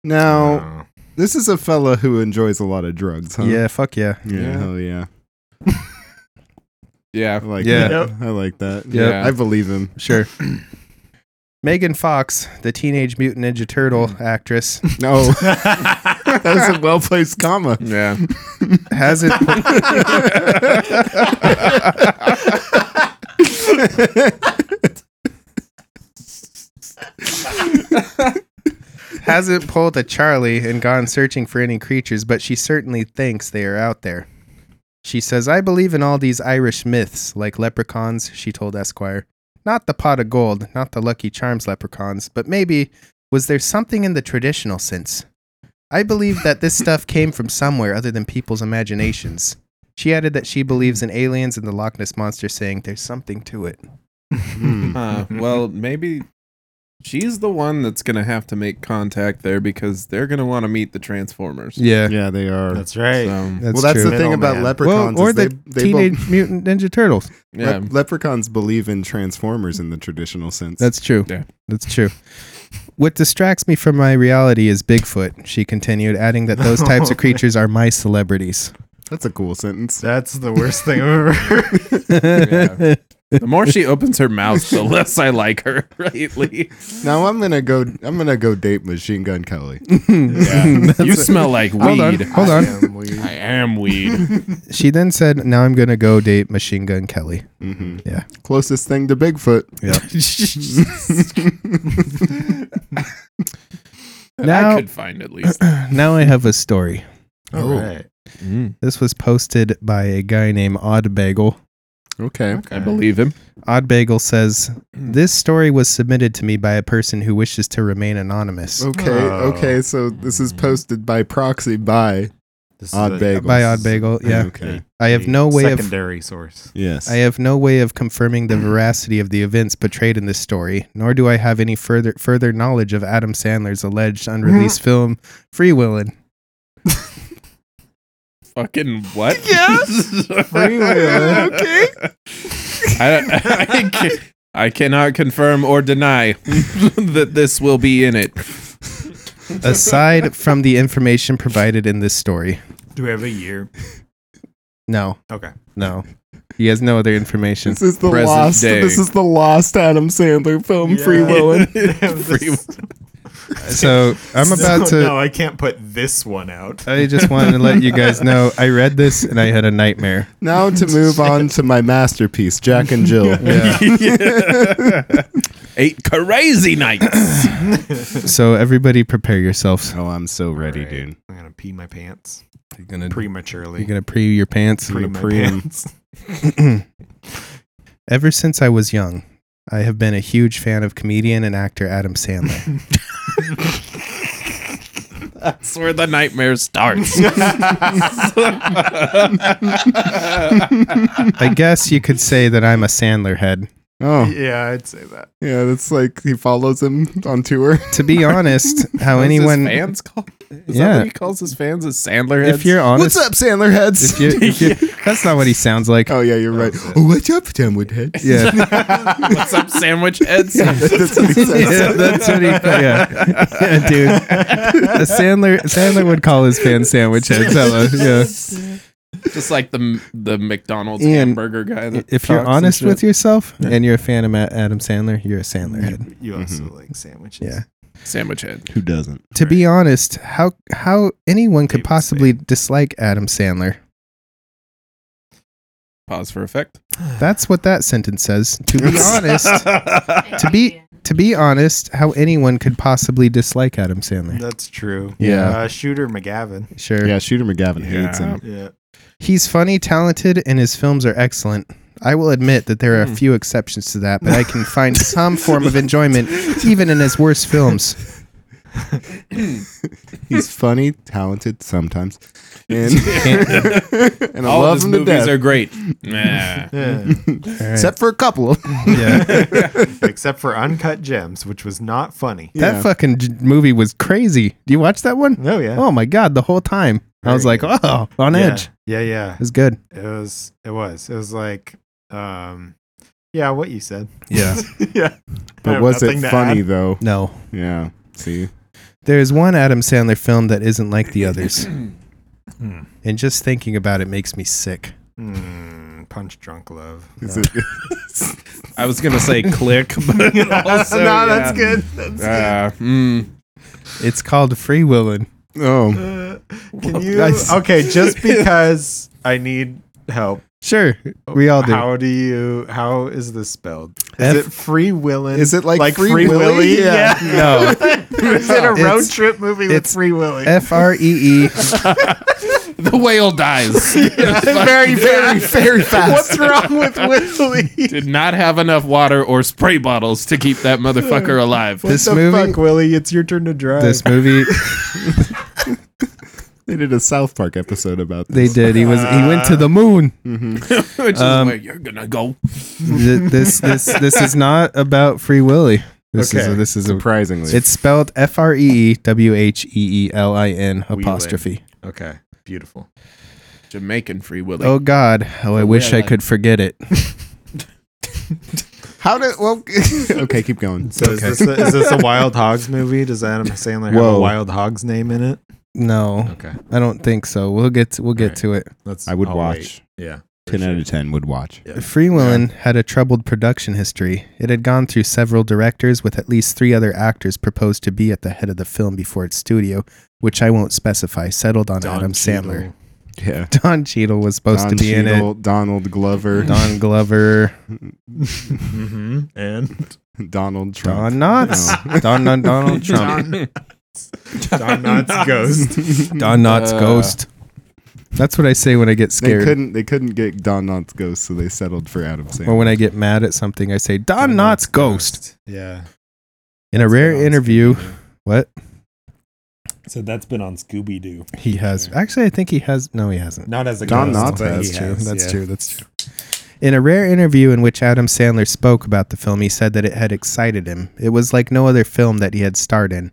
Speaker 1: Now,
Speaker 3: Oh.
Speaker 1: this is a fella who enjoys a lot of drugs, huh?
Speaker 4: Yeah, fuck yeah.
Speaker 1: Yeah,
Speaker 2: Yeah.
Speaker 1: hell yeah. I
Speaker 2: Yeah.
Speaker 1: like
Speaker 4: Yeah.
Speaker 1: that. I like that.
Speaker 4: Yep.
Speaker 1: I believe him.
Speaker 4: Sure. Megan Fox, the Teenage Mutant Ninja Turtle actress,
Speaker 1: No. that was a well placed comma.
Speaker 2: Yeah.
Speaker 4: has it. hasn't pulled a Charlie and gone searching for any creatures, but she certainly thinks they are out there. She says, I believe in all these Irish myths, like leprechauns, she told Esquire. Not the pot of gold, not the Lucky Charms leprechauns, but maybe was there something in the traditional sense? I believe that this stuff came from somewhere other than people's imaginations. She added that she believes in aliens and the Loch Ness Monster, saying there's something to it. Hmm.
Speaker 2: Huh. Uh, Well, maybe she's the one that's going to have to make contact there because they're going to want to meet the Transformers.
Speaker 4: Yeah.
Speaker 1: Yeah, they are.
Speaker 3: That's right.
Speaker 2: So,
Speaker 4: That's
Speaker 1: well, that's
Speaker 4: true.
Speaker 1: the thing about
Speaker 3: Middleman.
Speaker 1: leprechauns.
Speaker 4: well, or
Speaker 1: is they,
Speaker 4: the
Speaker 1: they bel-
Speaker 4: Teenage Mutant Ninja Turtles.
Speaker 2: yeah.
Speaker 1: lep- leprechauns believe in transformers in the traditional sense.
Speaker 4: That's true.
Speaker 2: Yeah.
Speaker 4: That's true. What distracts me from my reality is Bigfoot, she continued, adding that those types of creatures are my celebrities.
Speaker 1: that's a cool sentence.
Speaker 3: That's the worst thing I've ever heard.
Speaker 2: Yeah. The more she opens her mouth, the less I like her lately.
Speaker 1: Now I'm gonna go. I'm gonna go date Machine Gun Kelly.
Speaker 2: you smell like
Speaker 4: Hold on.
Speaker 2: weed.
Speaker 4: Hold on.
Speaker 2: I am weed.
Speaker 4: She then said, Now I'm going to go date Machine Gun Kelly.
Speaker 1: Mhm.
Speaker 4: Yeah.
Speaker 1: Closest thing to Bigfoot.
Speaker 4: Now-
Speaker 2: I could find at least.
Speaker 4: Now I have a story.
Speaker 3: All right.
Speaker 2: Mm.
Speaker 4: This was posted by a guy named Odd Bagel.
Speaker 1: Okay.
Speaker 2: I believe him.
Speaker 4: Odd Bagel says this story was submitted to me by a person who wishes to remain anonymous.
Speaker 1: Okay.
Speaker 3: Oh.
Speaker 1: Okay. So this is posted by proxy by
Speaker 3: This
Speaker 1: Odd
Speaker 3: a-
Speaker 1: Bagel.
Speaker 4: By Odd Bagel, yeah.
Speaker 1: Okay.
Speaker 4: I have no way of
Speaker 3: secondary source.
Speaker 1: Yes.
Speaker 4: I have no way of confirming the veracity of the events portrayed in this story, nor do I have any further further knowledge of Adam Sandler's alleged unreleased film Free Willin'.
Speaker 2: Fucking what?
Speaker 5: Yes. Freewheeler.
Speaker 2: okay. I, I, ca- I cannot confirm or deny that this will be in it.
Speaker 4: Aside from the information provided in this story.
Speaker 3: Do we have a year?
Speaker 4: No.
Speaker 3: Okay.
Speaker 4: No. He has no other information.
Speaker 1: This is the
Speaker 2: Present
Speaker 1: lost.
Speaker 2: day.
Speaker 1: This is the lost Adam Sandler film, Free Willin'.
Speaker 3: Free
Speaker 4: So I'm about to
Speaker 3: No, I can't put this one out.
Speaker 4: I just wanted to let you guys know I read this and I had a nightmare.
Speaker 1: Now to move on to my masterpiece, Jack and Jill.
Speaker 2: Eight crazy nights.
Speaker 4: So everybody prepare yourselves.
Speaker 1: Oh, I'm so ready,
Speaker 3: Alright, I'm gonna pee my pants
Speaker 4: You're gonna
Speaker 3: prematurely.
Speaker 4: you're gonna pre your pants.
Speaker 3: Pee my
Speaker 1: preem.
Speaker 3: pants.
Speaker 4: Ever since I was young, I have been a huge fan of comedian and actor Adam Sandler.
Speaker 2: That's where the nightmare starts.
Speaker 4: I guess you could say that I'm a Sandler head.
Speaker 1: Oh,
Speaker 3: yeah, I'd say that.
Speaker 1: yeah, that's like he follows him on tour.
Speaker 4: To be honest, how anyone
Speaker 2: His fans call? Is that
Speaker 4: Yeah.
Speaker 2: what he calls his fans? His Sandler heads?
Speaker 4: if you're honest
Speaker 1: What's up, Sandler heads?
Speaker 4: if you if you that's not what he sounds like.
Speaker 1: oh yeah, you're right. Oh, what's up, Tamwood heads?
Speaker 4: Yeah.
Speaker 2: What's up, sandwich heads?
Speaker 1: That's what he says.
Speaker 4: yeah, that's what he yeah. yeah dude. A Sandler Sandler would call his fan sandwich heads. Hello. Yeah.
Speaker 2: Just like the the McDonald's
Speaker 4: Ian,
Speaker 2: hamburger guy. That
Speaker 4: if you're
Speaker 2: talks and
Speaker 4: honest
Speaker 2: shit.
Speaker 4: with yourself and you're a fan of Ma- Adam Sandler, you're a Sandler head.
Speaker 3: You also like sandwiches.
Speaker 4: Yeah.
Speaker 2: sandwich head.
Speaker 1: Who doesn't?
Speaker 4: To be honest, how how anyone could
Speaker 3: People
Speaker 4: possibly dislike Adam Sandler?
Speaker 2: Pause for effect.
Speaker 4: That's what that sentence says. To be honest, to be to be honest, how anyone could possibly dislike Adam Sandler?
Speaker 3: That's true.
Speaker 4: Yeah.
Speaker 3: Uh, Shooter McGavin.
Speaker 4: Sure.
Speaker 1: Yeah, Shooter McGavin hates
Speaker 2: Yeah.
Speaker 1: him.
Speaker 3: Yeah.
Speaker 4: He's funny, talented, and his films are excellent. I will admit that there are a few exceptions to that, but I can find some form of enjoyment even in his worst films.
Speaker 1: He's funny, talented sometimes, and and I
Speaker 2: All of
Speaker 1: love
Speaker 2: his
Speaker 1: him to
Speaker 2: movies
Speaker 1: death,
Speaker 2: are great. Nah.
Speaker 3: yeah.
Speaker 4: All right.
Speaker 1: except for a couple of.
Speaker 4: Yeah.
Speaker 3: Except for Uncut Gems, which was not funny.
Speaker 4: That
Speaker 1: Yeah.
Speaker 4: fucking j- movie was crazy. Do you watch that one?
Speaker 3: No, yeah.
Speaker 4: Oh my god, the whole time. I
Speaker 3: Very
Speaker 4: was like,
Speaker 3: good.
Speaker 4: oh, on
Speaker 3: yeah.
Speaker 4: edge.
Speaker 3: Yeah, yeah.
Speaker 4: It was good.
Speaker 3: It was it was. It was like um yeah, what you said.
Speaker 4: Yeah.
Speaker 3: yeah. I
Speaker 1: But
Speaker 3: have
Speaker 1: was
Speaker 3: nothing
Speaker 1: it
Speaker 3: to
Speaker 1: funny
Speaker 3: add.
Speaker 1: though?
Speaker 4: No.
Speaker 1: Yeah. See,
Speaker 4: There's one Adam Sandler film that isn't like the others. and just thinking about it makes me sick.
Speaker 3: Mm, punch drunk love.
Speaker 1: is it,
Speaker 2: I was gonna say click, but also,
Speaker 3: no,
Speaker 2: yeah.
Speaker 3: that's good. That's
Speaker 2: Uh, mm.
Speaker 4: It's called Free Willin'.
Speaker 1: oh,
Speaker 3: good. Uh, can you
Speaker 1: nice.
Speaker 3: Okay, just because I need help.
Speaker 4: Sure. We all do.
Speaker 3: How do you how is this spelled?
Speaker 4: F-
Speaker 3: Is it free willin'?
Speaker 1: is it like,
Speaker 3: like
Speaker 1: Free,
Speaker 3: Free,
Speaker 1: Willy?
Speaker 3: Willy?
Speaker 1: Yeah.
Speaker 4: No.
Speaker 3: is it a road
Speaker 4: It's-
Speaker 3: trip movie with
Speaker 4: it's
Speaker 3: Free Willy?
Speaker 4: F R E E.
Speaker 2: the whale dies.
Speaker 3: very, very, very fast. What's wrong with Willy?
Speaker 2: Did not have enough water or spray bottles to keep that motherfucker alive.
Speaker 4: This movie.
Speaker 3: fuck, Willie? It's your turn to drive.
Speaker 4: This movie
Speaker 1: They did a South Park episode about
Speaker 4: they
Speaker 1: this.
Speaker 4: did. He was he went to the moon.
Speaker 2: Which
Speaker 4: Um,
Speaker 2: is where you're gonna go.
Speaker 4: Th- this this this is not about Free Willy. This is
Speaker 3: Okay.
Speaker 4: a, this is a
Speaker 1: surprisingly.
Speaker 4: It's spelled F R E E W H E E L I N apostrophe.
Speaker 3: okay, beautiful.
Speaker 2: Jamaican free willy.
Speaker 4: Oh God! How I wish I could forget it.
Speaker 1: how did well? okay, keep going.
Speaker 3: So is, this a, is this a Wild Hogs movie? Does Adam Sandler have a
Speaker 1: Whoa.
Speaker 3: Wild Hogs name in it?
Speaker 4: No,
Speaker 3: Okay,
Speaker 4: I don't think so. We'll get to, we'll
Speaker 3: Alright.
Speaker 4: get to it.
Speaker 3: that's
Speaker 1: I would
Speaker 3: I'll
Speaker 1: watch.
Speaker 3: wait. Yeah,
Speaker 1: Ten out of ten would watch.
Speaker 4: Free Willin' had a troubled production history. It had gone through several directors, with at least three other actors proposed to be at the head of the film before its studio, which I won't specify, settled on Adam Sandler.
Speaker 1: Yeah.
Speaker 4: Don Cheadle was supposed
Speaker 1: Don
Speaker 4: to be in
Speaker 1: Cheadle, Donald Glover,
Speaker 4: it. Don Glover,
Speaker 3: Mm-hmm. And
Speaker 1: Donald
Speaker 4: Don
Speaker 1: Trump.
Speaker 4: Knotts, Don, Don Donald Trump,
Speaker 3: Don Knotts Ghost.
Speaker 4: Don Knotts
Speaker 2: Uh,
Speaker 4: Ghost. That's what I say when I get
Speaker 1: They
Speaker 4: scared.
Speaker 1: couldn't. They couldn't get Don Knotts ghost, so they settled for Adam Sandler.
Speaker 4: Or when I get mad at something, I say, Don Knott's ghost.
Speaker 3: Yeah.
Speaker 4: In a
Speaker 3: That's
Speaker 4: rare
Speaker 3: been on
Speaker 4: interview,
Speaker 3: Scooby-Doo.
Speaker 4: what?
Speaker 6: So that's been on Scooby Doo.
Speaker 4: He has. Actually, I think he has. No, he hasn't.
Speaker 6: Not as a
Speaker 1: Don
Speaker 6: ghost,
Speaker 1: Knotts
Speaker 6: but
Speaker 1: has,
Speaker 6: he
Speaker 4: That's true.
Speaker 6: has,
Speaker 4: That's
Speaker 6: yeah.
Speaker 4: true. That's true. In a rare interview in which Adam Sandler spoke about the film, he said that it had excited him. It was like no other film that he had starred in.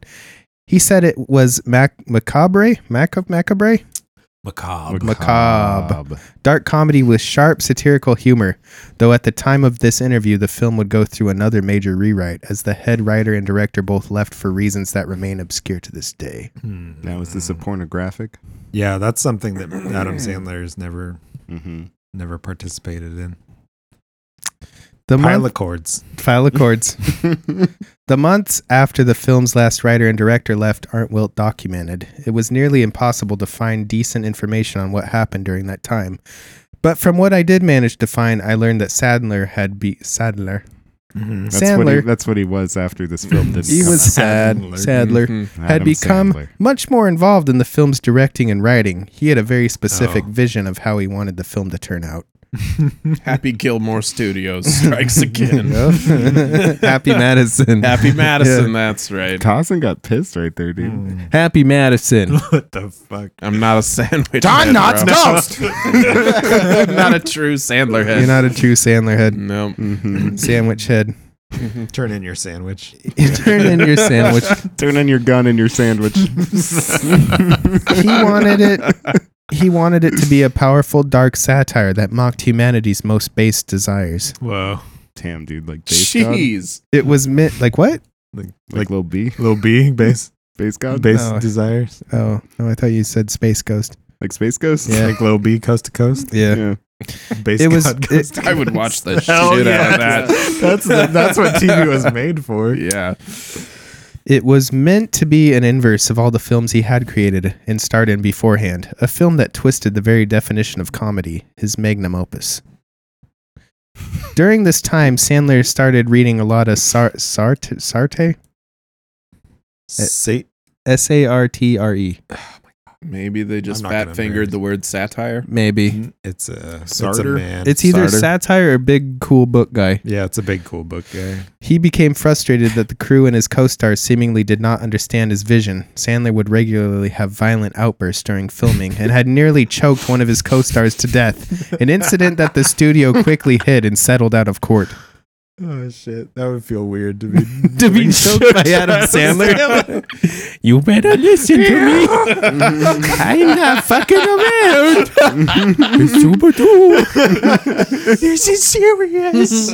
Speaker 4: He said it was mac- macabre, mac- macabre,
Speaker 6: Macabre.
Speaker 4: Macabre. dark comedy with sharp satirical humor. Though at the time of this interview, the film would go through another major rewrite, as the head writer and director both left for reasons that remain obscure to this day.
Speaker 3: Hmm.
Speaker 1: Now is this a pornographic?
Speaker 3: Yeah, that's something that Adam Sandler has never
Speaker 1: Mm-hmm.
Speaker 3: never participated in.
Speaker 4: The month-
Speaker 3: Pilocords.
Speaker 4: Phylocords. The months after the film's last writer and director left aren't well documented. It was nearly impossible to find decent information on what happened during that time. But from what I did manage to find, I learned that Sandler had be Sadler.
Speaker 3: Mm-hmm.
Speaker 1: That's What he,
Speaker 4: Sandler
Speaker 1: that's what he was after this film didn't.
Speaker 4: He
Speaker 1: come
Speaker 4: was
Speaker 1: out.
Speaker 4: sad. Sadler
Speaker 2: Mhm.
Speaker 4: had
Speaker 1: Adam
Speaker 4: become
Speaker 1: Sandler.
Speaker 4: much more involved in the film's directing and writing. He had a very specific
Speaker 3: Oh.
Speaker 4: vision of how he wanted the film to turn out.
Speaker 2: Happy Gilmore Studios strikes again.
Speaker 4: Happy Madison.
Speaker 2: Happy Madison, that's right.
Speaker 1: Dawson got pissed right there, dude.
Speaker 3: Hmm.
Speaker 4: Happy Madison.
Speaker 3: What the fuck?
Speaker 2: I'm not a sandwich. Don Knotts ghost. I'm not a true Sandler head.
Speaker 4: You're not a true Sandler head.
Speaker 2: no.
Speaker 1: Mhm.
Speaker 4: Sandwich head.
Speaker 3: Turn in your sandwich.
Speaker 4: Turn in your sandwich.
Speaker 1: Turn in your gun and your sandwich.
Speaker 4: he wanted it he wanted it to be a powerful dark satire that mocked humanity's most base desires
Speaker 3: Whoa.
Speaker 1: Damn, dude, like base god,
Speaker 2: Jeez.
Speaker 4: it was meant like what
Speaker 1: like little B,
Speaker 3: Little B bass
Speaker 1: base god,
Speaker 3: bass
Speaker 4: No.
Speaker 3: desires.
Speaker 4: oh no i thought you said space ghost
Speaker 1: like space ghost.
Speaker 4: Yeah.
Speaker 3: Like Little B coast to coast.
Speaker 4: yeah,
Speaker 3: Bass
Speaker 4: It was-
Speaker 3: god
Speaker 4: it-
Speaker 3: coast to
Speaker 2: I would
Speaker 3: coast.
Speaker 2: watch the
Speaker 3: Hell
Speaker 2: shit out
Speaker 3: yeah.
Speaker 2: of that.
Speaker 3: That's the, that's what TV was made for.
Speaker 2: Yeah.
Speaker 4: it was meant to be an inverse of all the films he had created and starred in beforehand a film that twisted the very definition of comedy his magnum opus during this time sandler started reading a lot of Sar- Sarte Sarte
Speaker 3: Sa-
Speaker 4: S A R T R E
Speaker 2: Maybe they just
Speaker 3: I'm not gonna
Speaker 2: fat fingered the word satire.
Speaker 4: maybe
Speaker 3: it's a it's a
Speaker 1: Sarter?
Speaker 3: man.
Speaker 4: it's either
Speaker 2: Sartre.
Speaker 4: satire or big cool book guy
Speaker 3: yeah, it's a big cool book guy.
Speaker 4: He became frustrated that the crew and his co stars seemingly did not understand his vision. Sandler would regularly have violent outbursts during filming and had nearly choked one of his co stars to death, an incident that the studio quickly hid and settled out of court.
Speaker 3: Oh shit, that would feel weird to be
Speaker 4: To be choked by Adam Sandler? you better listen to me. I'm not fucking around. it's super cool.
Speaker 3: This is serious.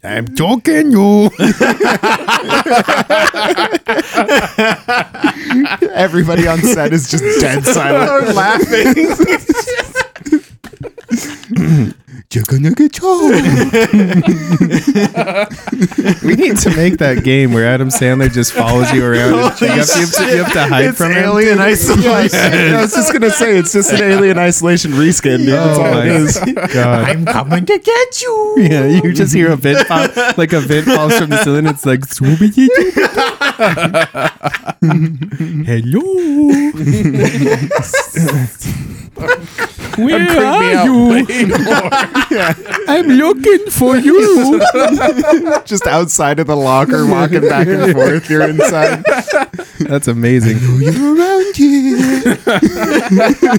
Speaker 4: I'm joking, you.
Speaker 1: Everybody on set is just dead silent.
Speaker 3: laughing.
Speaker 1: You're gonna get choked.
Speaker 4: We need to make that game where Adam Sandler just follows you around.
Speaker 1: Oh,
Speaker 4: And you, have to, you have to- you have to hide
Speaker 3: Oh, It's
Speaker 4: from him.
Speaker 3: alien isolation.
Speaker 1: I was just gonna say it's just an alien isolation reskin, dude. That's
Speaker 4: Oh
Speaker 1: all it
Speaker 4: my
Speaker 1: is.
Speaker 4: God.
Speaker 3: I'm coming to get you.
Speaker 4: Yeah, you just hear a vent pop, like a vent falls from the ceiling. It's like swoopy Hello. Where are you? I'm looking for you.
Speaker 1: Just outside of the locker, walking back and forth. You're inside.
Speaker 4: That's amazing.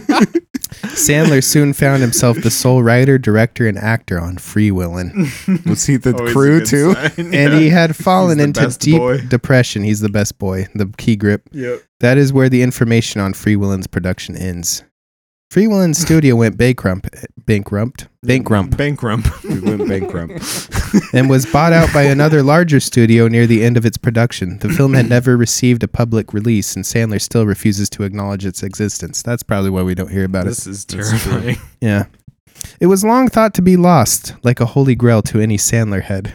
Speaker 4: Sandler soon found himself the sole writer, director, and actor on Free Willin'.
Speaker 1: Was he the crew too?
Speaker 4: and he had fallen
Speaker 3: the
Speaker 4: into
Speaker 3: best
Speaker 4: deep
Speaker 3: boy.
Speaker 4: depression. He's the best boy, the key grip.
Speaker 3: Yep.
Speaker 4: That is where the information on Free Willin's production ends. Free Willin's studio went bankrupt, bankrupt, bankrupt,
Speaker 3: Bank rump.
Speaker 1: We went bankrupt.
Speaker 4: and was bought out by another larger studio near the end of its production. The film had never received a public release, and Sandler still refuses to acknowledge its existence. That's probably why we don't hear about it.
Speaker 3: This is terrifying.
Speaker 4: Yeah. It was long thought to be lost, like a holy grail to any Sandler head.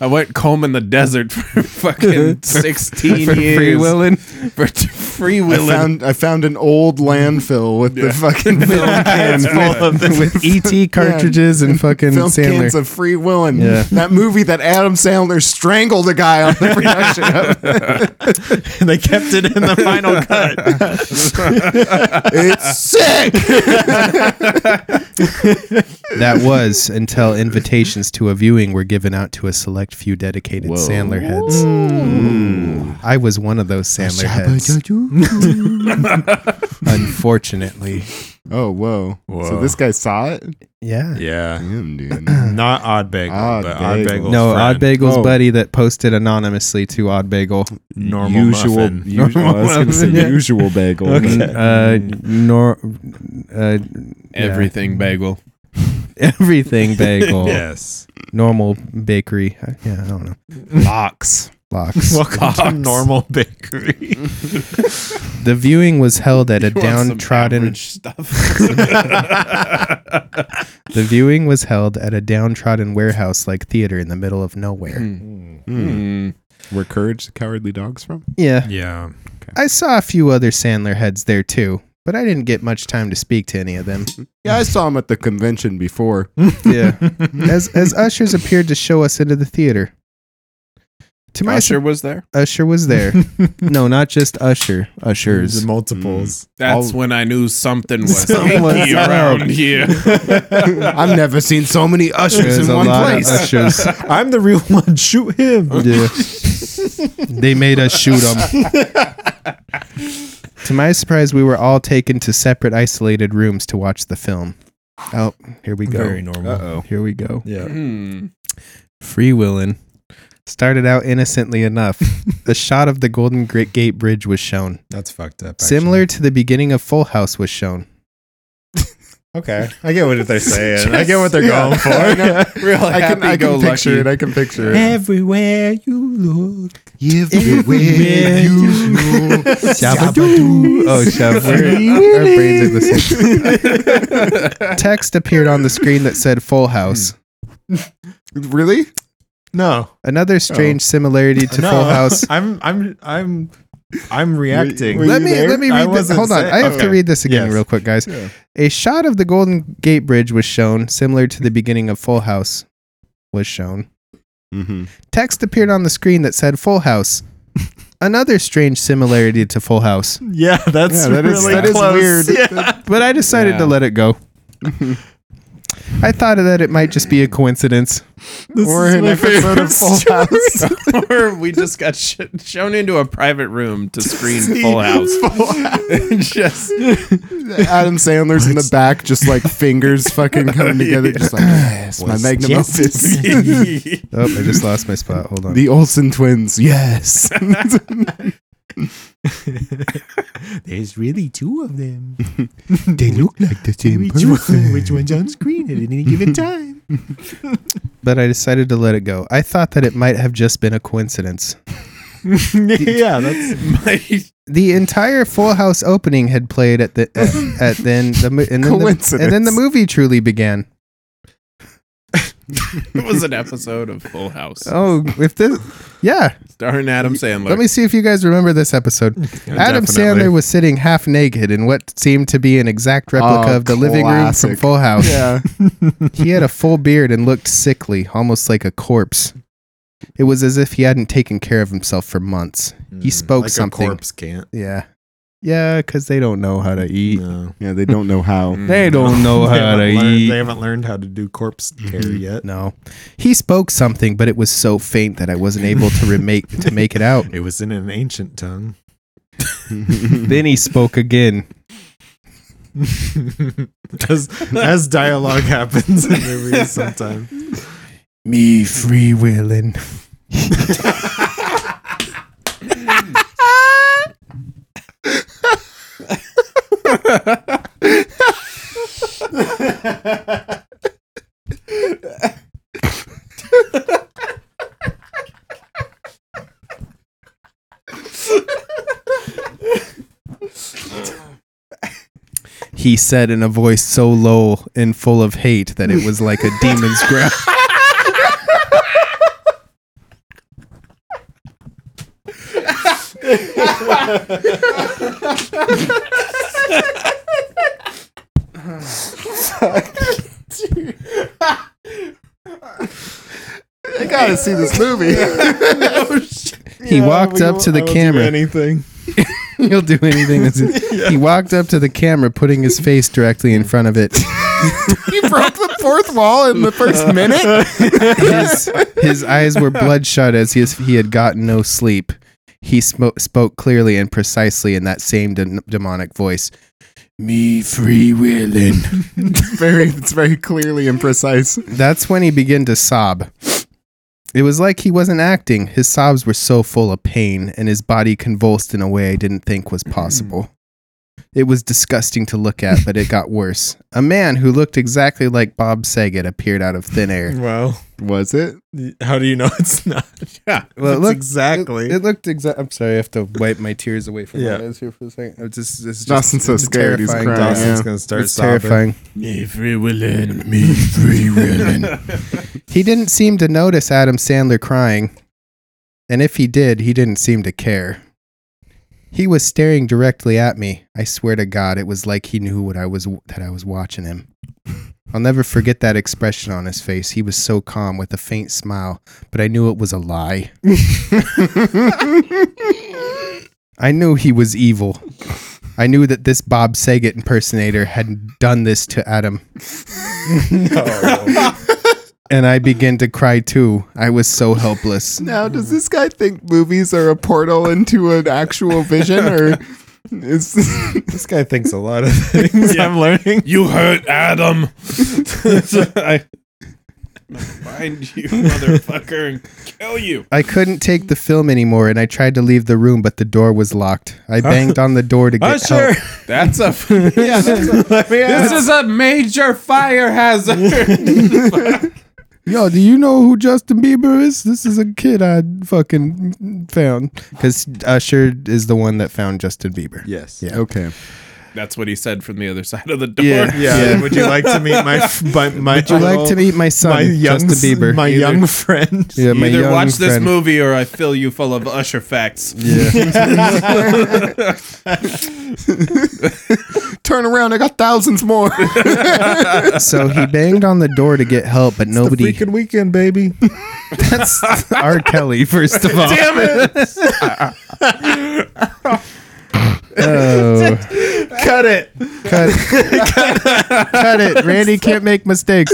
Speaker 2: I went combing the desert for fucking 16
Speaker 4: For
Speaker 2: years.
Speaker 4: Free Willin'.
Speaker 2: For, for free
Speaker 1: I
Speaker 2: willing.
Speaker 1: found I found an old landfill with the fucking film can full of with
Speaker 4: ET E cartridges and fucking
Speaker 1: film
Speaker 4: Sandler.
Speaker 1: cans of Free Willin'.
Speaker 4: Yeah.
Speaker 1: That movie that Adam Sandler strangled a guy on the production of.
Speaker 7: they kept it in the final cut.
Speaker 1: It's sick.
Speaker 4: that was until invitations to a viewing were given out to a select few dedicated Sandler heads.
Speaker 1: Mm.
Speaker 4: I was one of those Sandler heads, unfortunately.
Speaker 1: oh whoa. So
Speaker 6: Whoa.
Speaker 1: this guy saw it?
Speaker 4: Yeah.
Speaker 6: Yeah.
Speaker 1: Damn, dude.
Speaker 6: Not Odd Bagel,
Speaker 1: Odd
Speaker 6: but Odd
Speaker 1: Bagel.
Speaker 6: Bagel's
Speaker 4: No,
Speaker 6: friend,
Speaker 4: Odd Bagel's
Speaker 1: Oh.
Speaker 4: buddy that posted anonymously to Odd Bagel.
Speaker 6: normal muffin.
Speaker 1: usual, I was gonna say
Speaker 4: muffin.
Speaker 1: usual bagel. but-
Speaker 4: Uh, nor, uh,
Speaker 2: Everything bagel.
Speaker 4: yeah. everything bagel.
Speaker 6: Yes.
Speaker 4: Normal bakery. Uh, Yeah, I don't know.
Speaker 6: Box.
Speaker 4: Locks.
Speaker 6: Welcome to Normal Bakery.
Speaker 4: The viewing was held at a downtrodden
Speaker 2: stuff.
Speaker 4: The viewing was held at a downtrodden warehouse like theater in the middle of nowhere.
Speaker 1: Hmm. Where Courage the Cowardly Dog's from?
Speaker 4: Yeah.
Speaker 6: yeah.
Speaker 4: I saw a few other Sandler heads there too, but I didn't get much time to speak to any of them.
Speaker 1: Yeah, I saw him at the convention before.
Speaker 4: Yeah. as as ushers appeared to show us into the theater. To my
Speaker 2: Usher
Speaker 4: usher,
Speaker 2: was there.
Speaker 4: usher was there. no, not just usher, ushers.
Speaker 3: multiples.
Speaker 2: That's
Speaker 1: All-
Speaker 2: when I knew something was
Speaker 4: Something was
Speaker 2: hinky
Speaker 4: up.
Speaker 2: around here.
Speaker 1: I've never seen so many ushers
Speaker 4: There's
Speaker 1: in
Speaker 4: a
Speaker 1: one
Speaker 4: lot
Speaker 1: place.
Speaker 4: of ushers.
Speaker 3: I'm the real one. Shoot him.
Speaker 4: Yeah. they made us shoot them. to my surprise, we were all taken to separate, isolated rooms to watch the film. Oh, here we go.
Speaker 6: Very normal.
Speaker 1: Uh-oh.
Speaker 4: Here we go.
Speaker 3: Mm-hmm.
Speaker 6: Yeah.
Speaker 2: Hmm.
Speaker 4: Free willin'. Started out innocently enough. the shot of the Golden Gri- Gate Bridge was shown.
Speaker 6: That's fucked up.
Speaker 4: Similar to the beginning of Full House was shown.
Speaker 6: Okay. I get what they're saying. I get what they're
Speaker 1: Yeah.
Speaker 6: going for.
Speaker 1: I know.
Speaker 2: Really,
Speaker 1: I can, I can picture it. I can picture it.
Speaker 6: Everywhere you look.
Speaker 1: Everywhere you go.
Speaker 4: Shabadoo. Oh, Shabadoo. Our brains are the same. Text appeared on the screen that said Full House.
Speaker 1: Really?
Speaker 3: No,
Speaker 4: Another strange similarity to
Speaker 3: no.
Speaker 4: Full House.
Speaker 3: I'm, I'm, I'm, I'm reacting.
Speaker 1: Were
Speaker 4: Let
Speaker 1: you
Speaker 4: me
Speaker 1: there?
Speaker 4: let me
Speaker 3: I
Speaker 4: read this.
Speaker 3: wasn't
Speaker 4: Hold on,
Speaker 3: sa-
Speaker 4: I have to
Speaker 3: okay.
Speaker 4: read this again
Speaker 3: Yes.
Speaker 4: real quick, guys. A shot of the Golden Gate Bridge was shown, similar to the beginning of Full House was shown.
Speaker 1: Mm-hmm.
Speaker 4: Text appeared on the screen that said Full House. Another strange similarity to Full House,
Speaker 3: Yeah, that's
Speaker 1: Yeah, that is-
Speaker 3: really
Speaker 1: that is
Speaker 3: close.
Speaker 1: weird.
Speaker 3: Yeah.
Speaker 4: but I decided
Speaker 2: Yeah.
Speaker 4: to let it go. I thought that it might just be a coincidence.
Speaker 1: Or an episode of Full House.
Speaker 2: or we just got sh- shown into a private room to screen Full House. just
Speaker 1: Adam Sandler's in the back, just like fingers fucking coming together, just like yes, my magnum opus.
Speaker 4: Oh, I just lost my spot. Hold on.
Speaker 1: the Olsen twins, yes.
Speaker 3: There's really two of them.
Speaker 1: they look like the same
Speaker 3: which one's on screen at any given time?
Speaker 4: but I decided to let it go. I thought that it might have just been a coincidence.
Speaker 3: yeah, that's
Speaker 2: my
Speaker 4: The entire Full House opening had played at the at, at then the mo- and then the, and then the
Speaker 1: Coincidence.
Speaker 4: movie truly began.
Speaker 2: it was an episode of Full House
Speaker 4: Oh, if this yeah,
Speaker 2: starring Adam Sandler.
Speaker 4: let me see if you guys remember this episode.
Speaker 6: Definitely.
Speaker 4: Adam Sandler was sitting half naked in what seemed to be an exact replica
Speaker 1: Oh,
Speaker 4: of the living room from
Speaker 1: classic.
Speaker 4: Full House.
Speaker 1: Yeah,
Speaker 4: He had a full beard and looked sickly, almost like a corpse. It was as if he hadn't taken care of himself for months. He spoke
Speaker 6: like
Speaker 4: something.
Speaker 6: A corpse can't.
Speaker 4: Yeah. Yeah, because they don't know how to eat.
Speaker 6: No.
Speaker 1: yeah, they don't know how.
Speaker 4: They don't know
Speaker 3: Mm. they,
Speaker 4: how
Speaker 3: haven't
Speaker 4: to
Speaker 3: learned, they
Speaker 4: eat. Mm-hmm.
Speaker 3: haven't learned how to do corpse care yet.
Speaker 4: No. He spoke something, but it was so faint that I wasn't able to remake to make it out.
Speaker 3: It was in an ancient tongue.
Speaker 4: Then he spoke again.
Speaker 3: as, as dialogue happens in movies sometimes.
Speaker 4: Me free willin'. He said in a voice so low and full of hate that it was like a demon's growl.
Speaker 1: I gotta see this movie.
Speaker 4: He walked up to the camera.
Speaker 5: anything.
Speaker 4: He'll do anything. That's He walked up to the camera, putting his face directly in front of it.
Speaker 1: he broke the fourth wall in the first minute.
Speaker 4: His, his eyes were bloodshot as he, he had gotten no sleep. He smo- spoke clearly and precisely in that same de- demonic voice. Me free willin'.
Speaker 1: very, it's very clearly and precise.
Speaker 4: That's when he began to sob. It was like he wasn't acting. His sobs were so full of pain, and his body convulsed in a way I didn't think
Speaker 1: Mm-hmm.
Speaker 4: was possible. It was disgusting to look at, but it got worse. A man who looked exactly like Bob Saget appeared out of thin air.
Speaker 5: Wow.
Speaker 1: Was it?
Speaker 5: How do you know it's not?
Speaker 2: Yeah.
Speaker 4: Well, it
Speaker 5: It's
Speaker 4: looked
Speaker 5: exactly.
Speaker 4: It, it looked exactly. I'm sorry, I have to wipe my tears away from
Speaker 5: Yeah.
Speaker 4: my eyes here for a second. It's just, it's just
Speaker 1: Dawson's so
Speaker 4: it's
Speaker 1: scared he's
Speaker 4: terrifying.
Speaker 1: crying.
Speaker 4: Dawson.
Speaker 1: Yeah.
Speaker 3: Dawson's gonna start
Speaker 4: It's
Speaker 3: sobbing.
Speaker 4: terrifying.
Speaker 2: Me free willin'.
Speaker 1: Me free willing.
Speaker 4: He didn't seem to notice Adam Sandler crying, and if he did, he didn't seem to care. He was staring directly at me. I swear to God, it was like he knew what I was that I was watching him. I'll never forget that expression on his face. He was so calm with a faint smile, but I knew it was a lie. I knew he was evil. I knew that this Bob Saget impersonator had done this to Adam and I began to cry too. I was so helpless.
Speaker 1: Now, does this guy think movies are a portal into an actual vision, or is
Speaker 3: This guy thinks a lot of things.
Speaker 2: Yeah.
Speaker 3: I'm learning.
Speaker 2: You hurt Adam. I find you, motherfucker, and kill you.
Speaker 4: I couldn't take the film anymore and I tried to leave the room, but the door was locked. I banged on the door to get
Speaker 3: Usher.
Speaker 4: help.
Speaker 2: That's a yeah.
Speaker 3: Let me
Speaker 2: this
Speaker 3: out.
Speaker 2: is a major fire hazard.
Speaker 4: Yo, do you know who Justin Bieber is? This is a kid I fucking found. Because Usher is the one that found Justin Bieber.
Speaker 5: Yes.
Speaker 4: Yeah.
Speaker 1: okay?
Speaker 2: That's what he said from the other side of the door.
Speaker 4: Yeah.
Speaker 3: Yeah.
Speaker 4: Yeah.
Speaker 3: Would you like to meet my f- my, my
Speaker 4: Would you like to meet my son,
Speaker 3: my young
Speaker 4: Justin Bieber?
Speaker 3: my
Speaker 4: Either-
Speaker 3: young friend?
Speaker 4: yeah, my
Speaker 2: Either
Speaker 4: young
Speaker 2: watch this
Speaker 4: friend.
Speaker 2: movie or I fill you full of Usher facts.
Speaker 1: Turn around, I got thousands more.
Speaker 4: So he banged on the door to get help, but nobody.
Speaker 3: Freaking weekend, baby.
Speaker 4: That's R. Kelly, first of all.
Speaker 2: Damn it!
Speaker 4: Oh.
Speaker 3: Cut it.
Speaker 4: Cut it. Cut it. Randy can't make mistakes.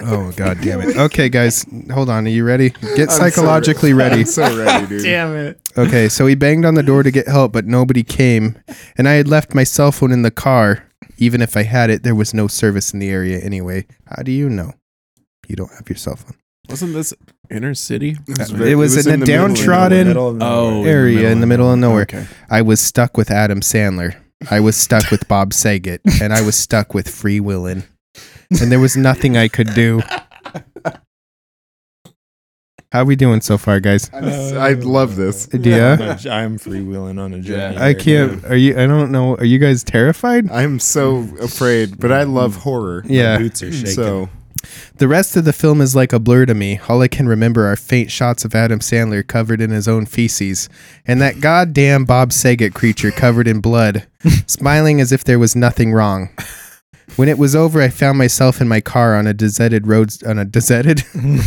Speaker 4: oh god damn it. Okay guys, hold on. Are you ready? Get psychologically ready.
Speaker 1: so ready, dude.
Speaker 3: Damn it.
Speaker 4: Okay, so he banged on the door to get help, but nobody came. And I had left my cell phone in the car. Even if I had it, there was no service in the area anyway. How do you know? You don't have your cell phone.
Speaker 2: Wasn't this inner city?
Speaker 4: It was, in, a downtrodden
Speaker 2: Oh,
Speaker 4: area in the middle of nowhere.
Speaker 2: Okay.
Speaker 4: I was stuck with Adam Sandler. I was stuck with Bob Saget, and I was stuck with Free Willin', and there was nothing I could do. How we doing so far, guys?
Speaker 1: I'm s- I love this.
Speaker 4: Yeah,
Speaker 3: I'm freewheeling on a journey.
Speaker 4: I can't. Are you? I don't know. Are you guys terrified?
Speaker 1: I'm so afraid, but I love horror.
Speaker 4: Yeah.
Speaker 3: Boots are shaking.
Speaker 1: So
Speaker 4: The rest of the film is like a blur to me. All I can remember are faint shots of Adam Sandler covered in his own feces and that goddamn Bob Saget creature covered in blood, smiling as if there was nothing wrong. When it was over, I found myself in my car on a deserted road. On a deserted,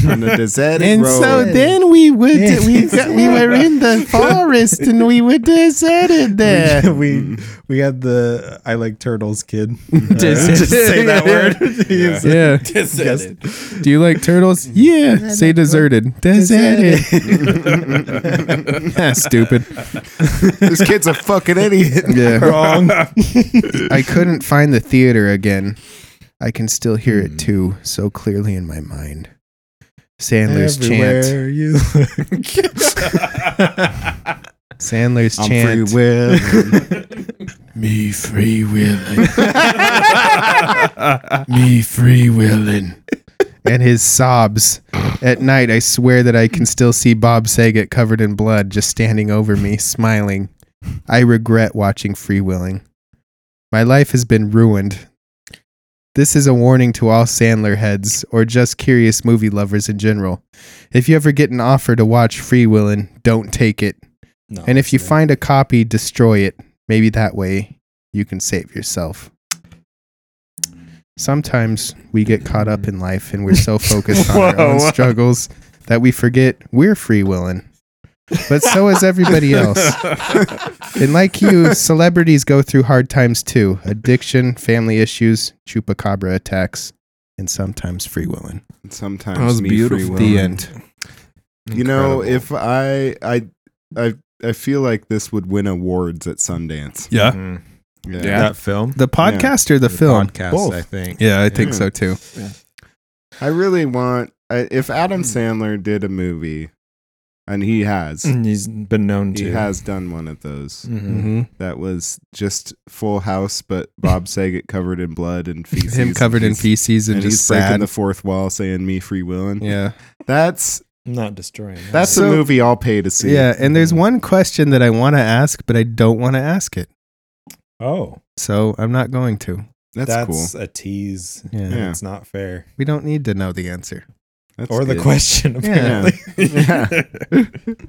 Speaker 1: on a deserted
Speaker 4: and
Speaker 1: road.
Speaker 4: so then we would we, we were in the forest and we were deserted there.
Speaker 3: we
Speaker 6: Mm-hmm.
Speaker 3: we had the I like turtles kid.
Speaker 4: Deserted.
Speaker 3: say that word. He's-
Speaker 4: Yeah.
Speaker 3: Yes.
Speaker 4: Do you like turtles? Yeah. Say deserted. Deserted. That's stupid.
Speaker 1: this kid's a fucking idiot.
Speaker 4: Yeah.
Speaker 3: Wrong.
Speaker 4: I couldn't find the theater again. I can still hear
Speaker 1: Hmm.
Speaker 4: it too, so clearly in my mind. Sandler's chant.
Speaker 3: Everywhere you
Speaker 4: Sandler's
Speaker 1: I'm
Speaker 4: chant.
Speaker 1: free will.
Speaker 4: Me free willing. Me free willing. And his sobs. At night, I swear that I can still see Bob Saget covered in blood just standing over me, smiling. I regret watching Free Willing. My life has been ruined. This is a warning to all Sandler heads or just curious movie lovers in general. If you ever get an offer to watch Free Willin', don't take it.
Speaker 6: No,
Speaker 4: And if you
Speaker 6: yeah.
Speaker 4: find a copy, destroy it. Maybe that way you can save yourself. Sometimes we get caught up in life and we're so focused on our own
Speaker 6: Whoa.
Speaker 4: struggles that we forget we're free willing. But so is everybody else. And like you, celebrities go through hard times too addiction, family issues, chupacabra attacks, and sometimes free willing.
Speaker 1: Sometimes
Speaker 2: That was
Speaker 1: me
Speaker 2: beautiful.
Speaker 1: free
Speaker 4: The
Speaker 1: will.
Speaker 4: end.
Speaker 1: You know, if I, I, I, I feel like this would win awards at Sundance.
Speaker 4: Yeah.
Speaker 6: Mm.
Speaker 1: Yeah.
Speaker 6: that film,
Speaker 4: The podcast or the, film?
Speaker 6: podcast, I think.
Speaker 4: Yeah, I think
Speaker 1: Yeah.
Speaker 4: so too.
Speaker 1: I really want. I, if Adam Sandler did a movie, and he has,
Speaker 4: Mm-hmm.
Speaker 6: And he's been known to.
Speaker 1: he has done one of those.
Speaker 6: Mhm.
Speaker 1: That was just Full House, but Bob Saget covered in blood and feces.
Speaker 4: Him covered in
Speaker 1: he's-
Speaker 4: feces and,
Speaker 1: and he's
Speaker 4: just
Speaker 1: breaking
Speaker 4: sad.
Speaker 1: the fourth wall, saying "Me free willin'."
Speaker 4: yeah.
Speaker 1: That's
Speaker 6: Not destroying. that.
Speaker 1: that's
Speaker 4: So-
Speaker 1: a movie I'll pay to see.
Speaker 4: Yeah, and there's one question that I want to ask, but I don't want to ask it,
Speaker 6: oh,
Speaker 4: so I'm not going to.
Speaker 1: that's,
Speaker 6: that's
Speaker 1: cool.
Speaker 6: a tease.
Speaker 4: Yeah,
Speaker 6: And
Speaker 1: Yeah.
Speaker 6: It's not fair.
Speaker 4: we don't need to know the answer.
Speaker 1: That's
Speaker 6: or the
Speaker 1: good.
Speaker 6: question,
Speaker 4: Yeah.
Speaker 6: apparently.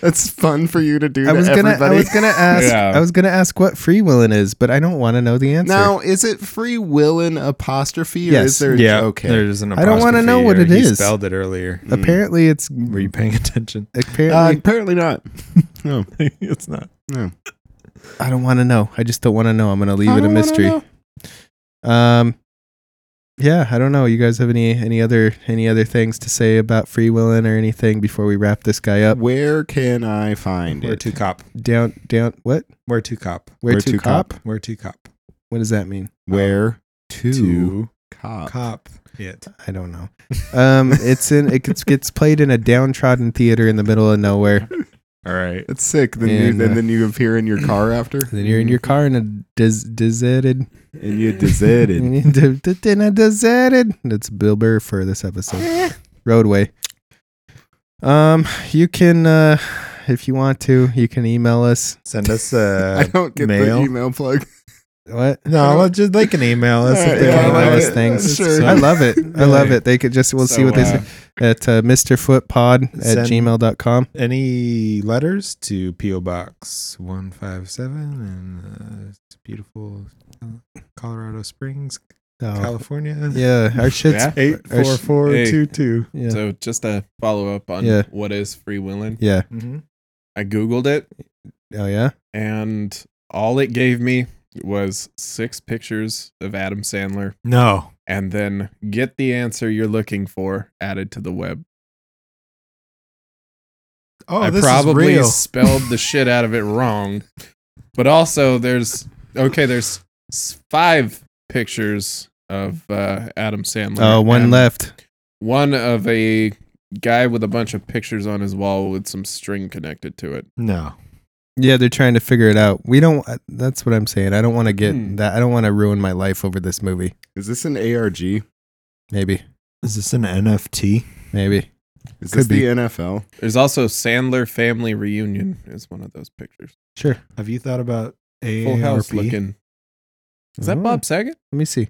Speaker 1: That's fun for you to do.
Speaker 4: I
Speaker 1: to
Speaker 4: was gonna,
Speaker 1: everybody.
Speaker 4: I was gonna ask,
Speaker 2: Yeah.
Speaker 4: I was gonna ask what free willin is, but I don't want to know the answer.
Speaker 1: Now, is it free willin apostrophe or
Speaker 4: Yes.
Speaker 1: is there okay?
Speaker 6: There's an
Speaker 4: I don't wanna
Speaker 6: apostrophe
Speaker 4: know what
Speaker 6: or
Speaker 4: it
Speaker 6: he
Speaker 4: is.
Speaker 6: spelled it earlier.
Speaker 1: Mm.
Speaker 4: apparently, it's
Speaker 6: Were you paying attention?
Speaker 1: Uh,
Speaker 4: apparently
Speaker 1: apparently not. No.
Speaker 6: it's not.
Speaker 1: No.
Speaker 4: I don't want to know. I just don't want to know. I'm gonna leave
Speaker 1: uh, I
Speaker 4: it a
Speaker 1: don't wanna
Speaker 4: mystery.
Speaker 1: know.
Speaker 4: Um, yeah, I don't know. You guys have any any other any other things to say about free willin or anything before we wrap this guy up?
Speaker 1: Where can I find
Speaker 6: Where
Speaker 1: it?
Speaker 6: to cop?
Speaker 4: Down, down. What?
Speaker 6: Where to cop?
Speaker 4: Where, to, cop?
Speaker 6: Where to cop?
Speaker 4: What does that mean?
Speaker 1: Where to,
Speaker 6: To
Speaker 1: cop?
Speaker 6: cop it.
Speaker 4: I don't know. Um, it's in it gets, gets played in a downtrodden theater in the middle of nowhere.
Speaker 6: All right.
Speaker 1: That's sick. Then you,
Speaker 4: And, uh,
Speaker 1: and then you appear in your car after,
Speaker 4: Then you're in your car in a des- deserted,
Speaker 1: and you deserted.
Speaker 4: in a deserted. That's Bill Burr for this episode. Roadway. Um, you can, uh, if you want to, you can email us.
Speaker 6: Send us
Speaker 1: I
Speaker 6: uh
Speaker 1: don't get
Speaker 6: mail?
Speaker 1: the email plug.
Speaker 4: What?
Speaker 6: no, let's just they can email us if they
Speaker 1: Yeah,
Speaker 6: want
Speaker 1: I
Speaker 6: to
Speaker 1: like
Speaker 6: know us
Speaker 1: it.
Speaker 4: things.
Speaker 1: Sure.
Speaker 4: I love it. I love it. They could just we'll see
Speaker 2: So,
Speaker 4: what they
Speaker 2: uh,
Speaker 4: say at uh, MrFootPod at
Speaker 6: Send-
Speaker 4: gmail.com.
Speaker 6: any letters to PO Box 157 and uh, it's beautiful uh, Colorado Springs,
Speaker 4: Oh,
Speaker 6: California.
Speaker 4: yeah, our shit's
Speaker 2: Yeah.
Speaker 6: Eight four
Speaker 4: Or sh-
Speaker 6: four
Speaker 2: hey.
Speaker 6: two two.
Speaker 4: yeah.
Speaker 2: So just to follow up on
Speaker 4: Yeah.
Speaker 2: what is free willing,
Speaker 4: yeah.
Speaker 6: Mm-hmm.
Speaker 2: I googled it
Speaker 4: Oh yeah.
Speaker 2: and all it gave me was six pictures of Adam Sandler
Speaker 6: No.
Speaker 2: and then get the answer you're looking for added to the web.
Speaker 6: Oh,
Speaker 2: I
Speaker 6: this
Speaker 2: probably
Speaker 6: is real.
Speaker 2: spelled the shit out of it wrong. But also there's okay, there's s- five pictures of uh, Adam Sandler.
Speaker 4: Oh, one
Speaker 2: and
Speaker 4: left.
Speaker 2: One of a guy with a bunch of pictures on his wall with some string connected to it.
Speaker 6: no.
Speaker 4: Yeah, they're trying to figure it out. We don't. uh, That's what I'm saying. I don't want to get
Speaker 2: Hmm.
Speaker 4: that. I don't want to ruin my life over this movie.
Speaker 1: Is this an ARG? Is
Speaker 4: Maybe,
Speaker 6: Is this an NFT?
Speaker 4: maybe.
Speaker 1: this
Speaker 4: Could be.
Speaker 1: the NFL?
Speaker 2: There's also Sandler family reunion is one of those pictures.
Speaker 4: Sure.
Speaker 6: Have you thought about a
Speaker 2: Full house looking. Is that
Speaker 4: Oh,
Speaker 2: Bob Saget?
Speaker 4: Let me see.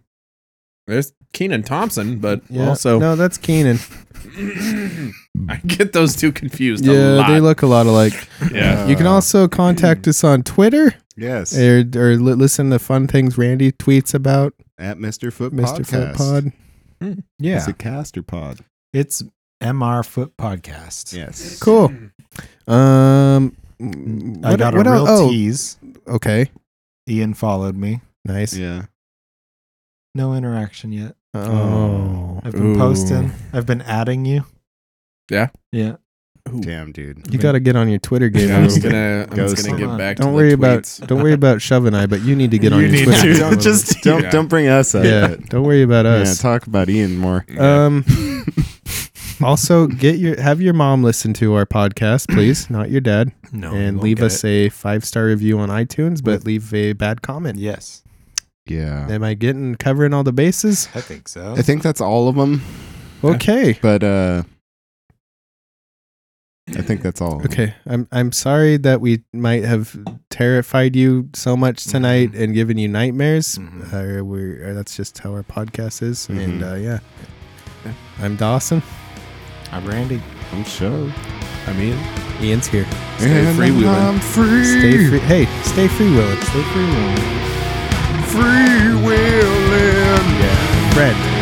Speaker 2: There's Keenan Thompson, but
Speaker 4: Yeah.
Speaker 2: also
Speaker 4: no, that's Keenan.
Speaker 2: I get those two confused a
Speaker 4: Yeah,
Speaker 2: lot.
Speaker 4: they look a lot alike.
Speaker 2: yeah.
Speaker 4: you can
Speaker 1: Uh,
Speaker 4: also contact us on Twitter
Speaker 1: yes
Speaker 4: or, or li- listen to fun things Randy tweets about
Speaker 1: at Mr. Foot
Speaker 4: Mr. Foot
Speaker 1: Podcast.
Speaker 4: Pod.
Speaker 6: Yeah.
Speaker 1: It's a caster pod.
Speaker 6: It's MR Foot Podcast.
Speaker 1: Yes.
Speaker 4: Cool. Um, mm,
Speaker 6: I got a real
Speaker 4: el- oh,
Speaker 6: tease.
Speaker 4: okay,
Speaker 6: Ian followed me.
Speaker 4: nice.
Speaker 1: Yeah.
Speaker 6: No interaction yet.
Speaker 4: Oh,
Speaker 6: I've been
Speaker 2: Ooh.
Speaker 6: posting. I've been adding you.
Speaker 2: Yeah?
Speaker 6: Yeah.
Speaker 1: Damn, dude.
Speaker 4: you got to get on your Twitter game.
Speaker 2: Yeah, I'm just
Speaker 4: Randy.
Speaker 2: gonna, I'm just
Speaker 1: Ghost.
Speaker 2: gonna
Speaker 6: Hold
Speaker 2: get
Speaker 6: on.
Speaker 2: back.
Speaker 4: Don't
Speaker 2: to
Speaker 4: worry
Speaker 2: the
Speaker 4: about
Speaker 2: tweets.
Speaker 4: don't worry about Shove and I, but you need to get on your Twitter.
Speaker 6: to.
Speaker 4: game a
Speaker 6: Don't
Speaker 4: little
Speaker 6: just
Speaker 1: Don't
Speaker 2: Yeah.
Speaker 1: don't bring us
Speaker 4: bit.
Speaker 1: up.
Speaker 4: yeah, don't worry about
Speaker 1: Yeah,
Speaker 4: us.
Speaker 1: talk about Ian more.
Speaker 2: Yeah.
Speaker 4: um, also get your have your mom listen to our podcast, please, not your dad,
Speaker 6: no. you
Speaker 4: and
Speaker 6: won't
Speaker 4: leave
Speaker 6: get
Speaker 4: us
Speaker 6: it.
Speaker 4: a five star review on iTunes, but leave a bad comment.
Speaker 6: yes.
Speaker 1: Yeah.
Speaker 4: Am I getting covering all the bases?
Speaker 6: I think so.
Speaker 1: I think that's all of them.
Speaker 4: Okay,
Speaker 1: But uh I think that's all.
Speaker 4: Okay, I'm I'm sorry that we might have terrified you so much tonight and given you nightmares. Uh, we're uh, that's just how our podcast is, and uh, yeah. I'm Dawson.
Speaker 6: I'm Randy.
Speaker 1: I'm sure.
Speaker 6: I'm Ian.
Speaker 4: Ian's here.
Speaker 1: Stay and
Speaker 2: freewheeling.
Speaker 1: I'm free.
Speaker 4: Stay free. Hey, stay free, Willis. Stay free,
Speaker 1: free willing.
Speaker 4: Yeah, Fred.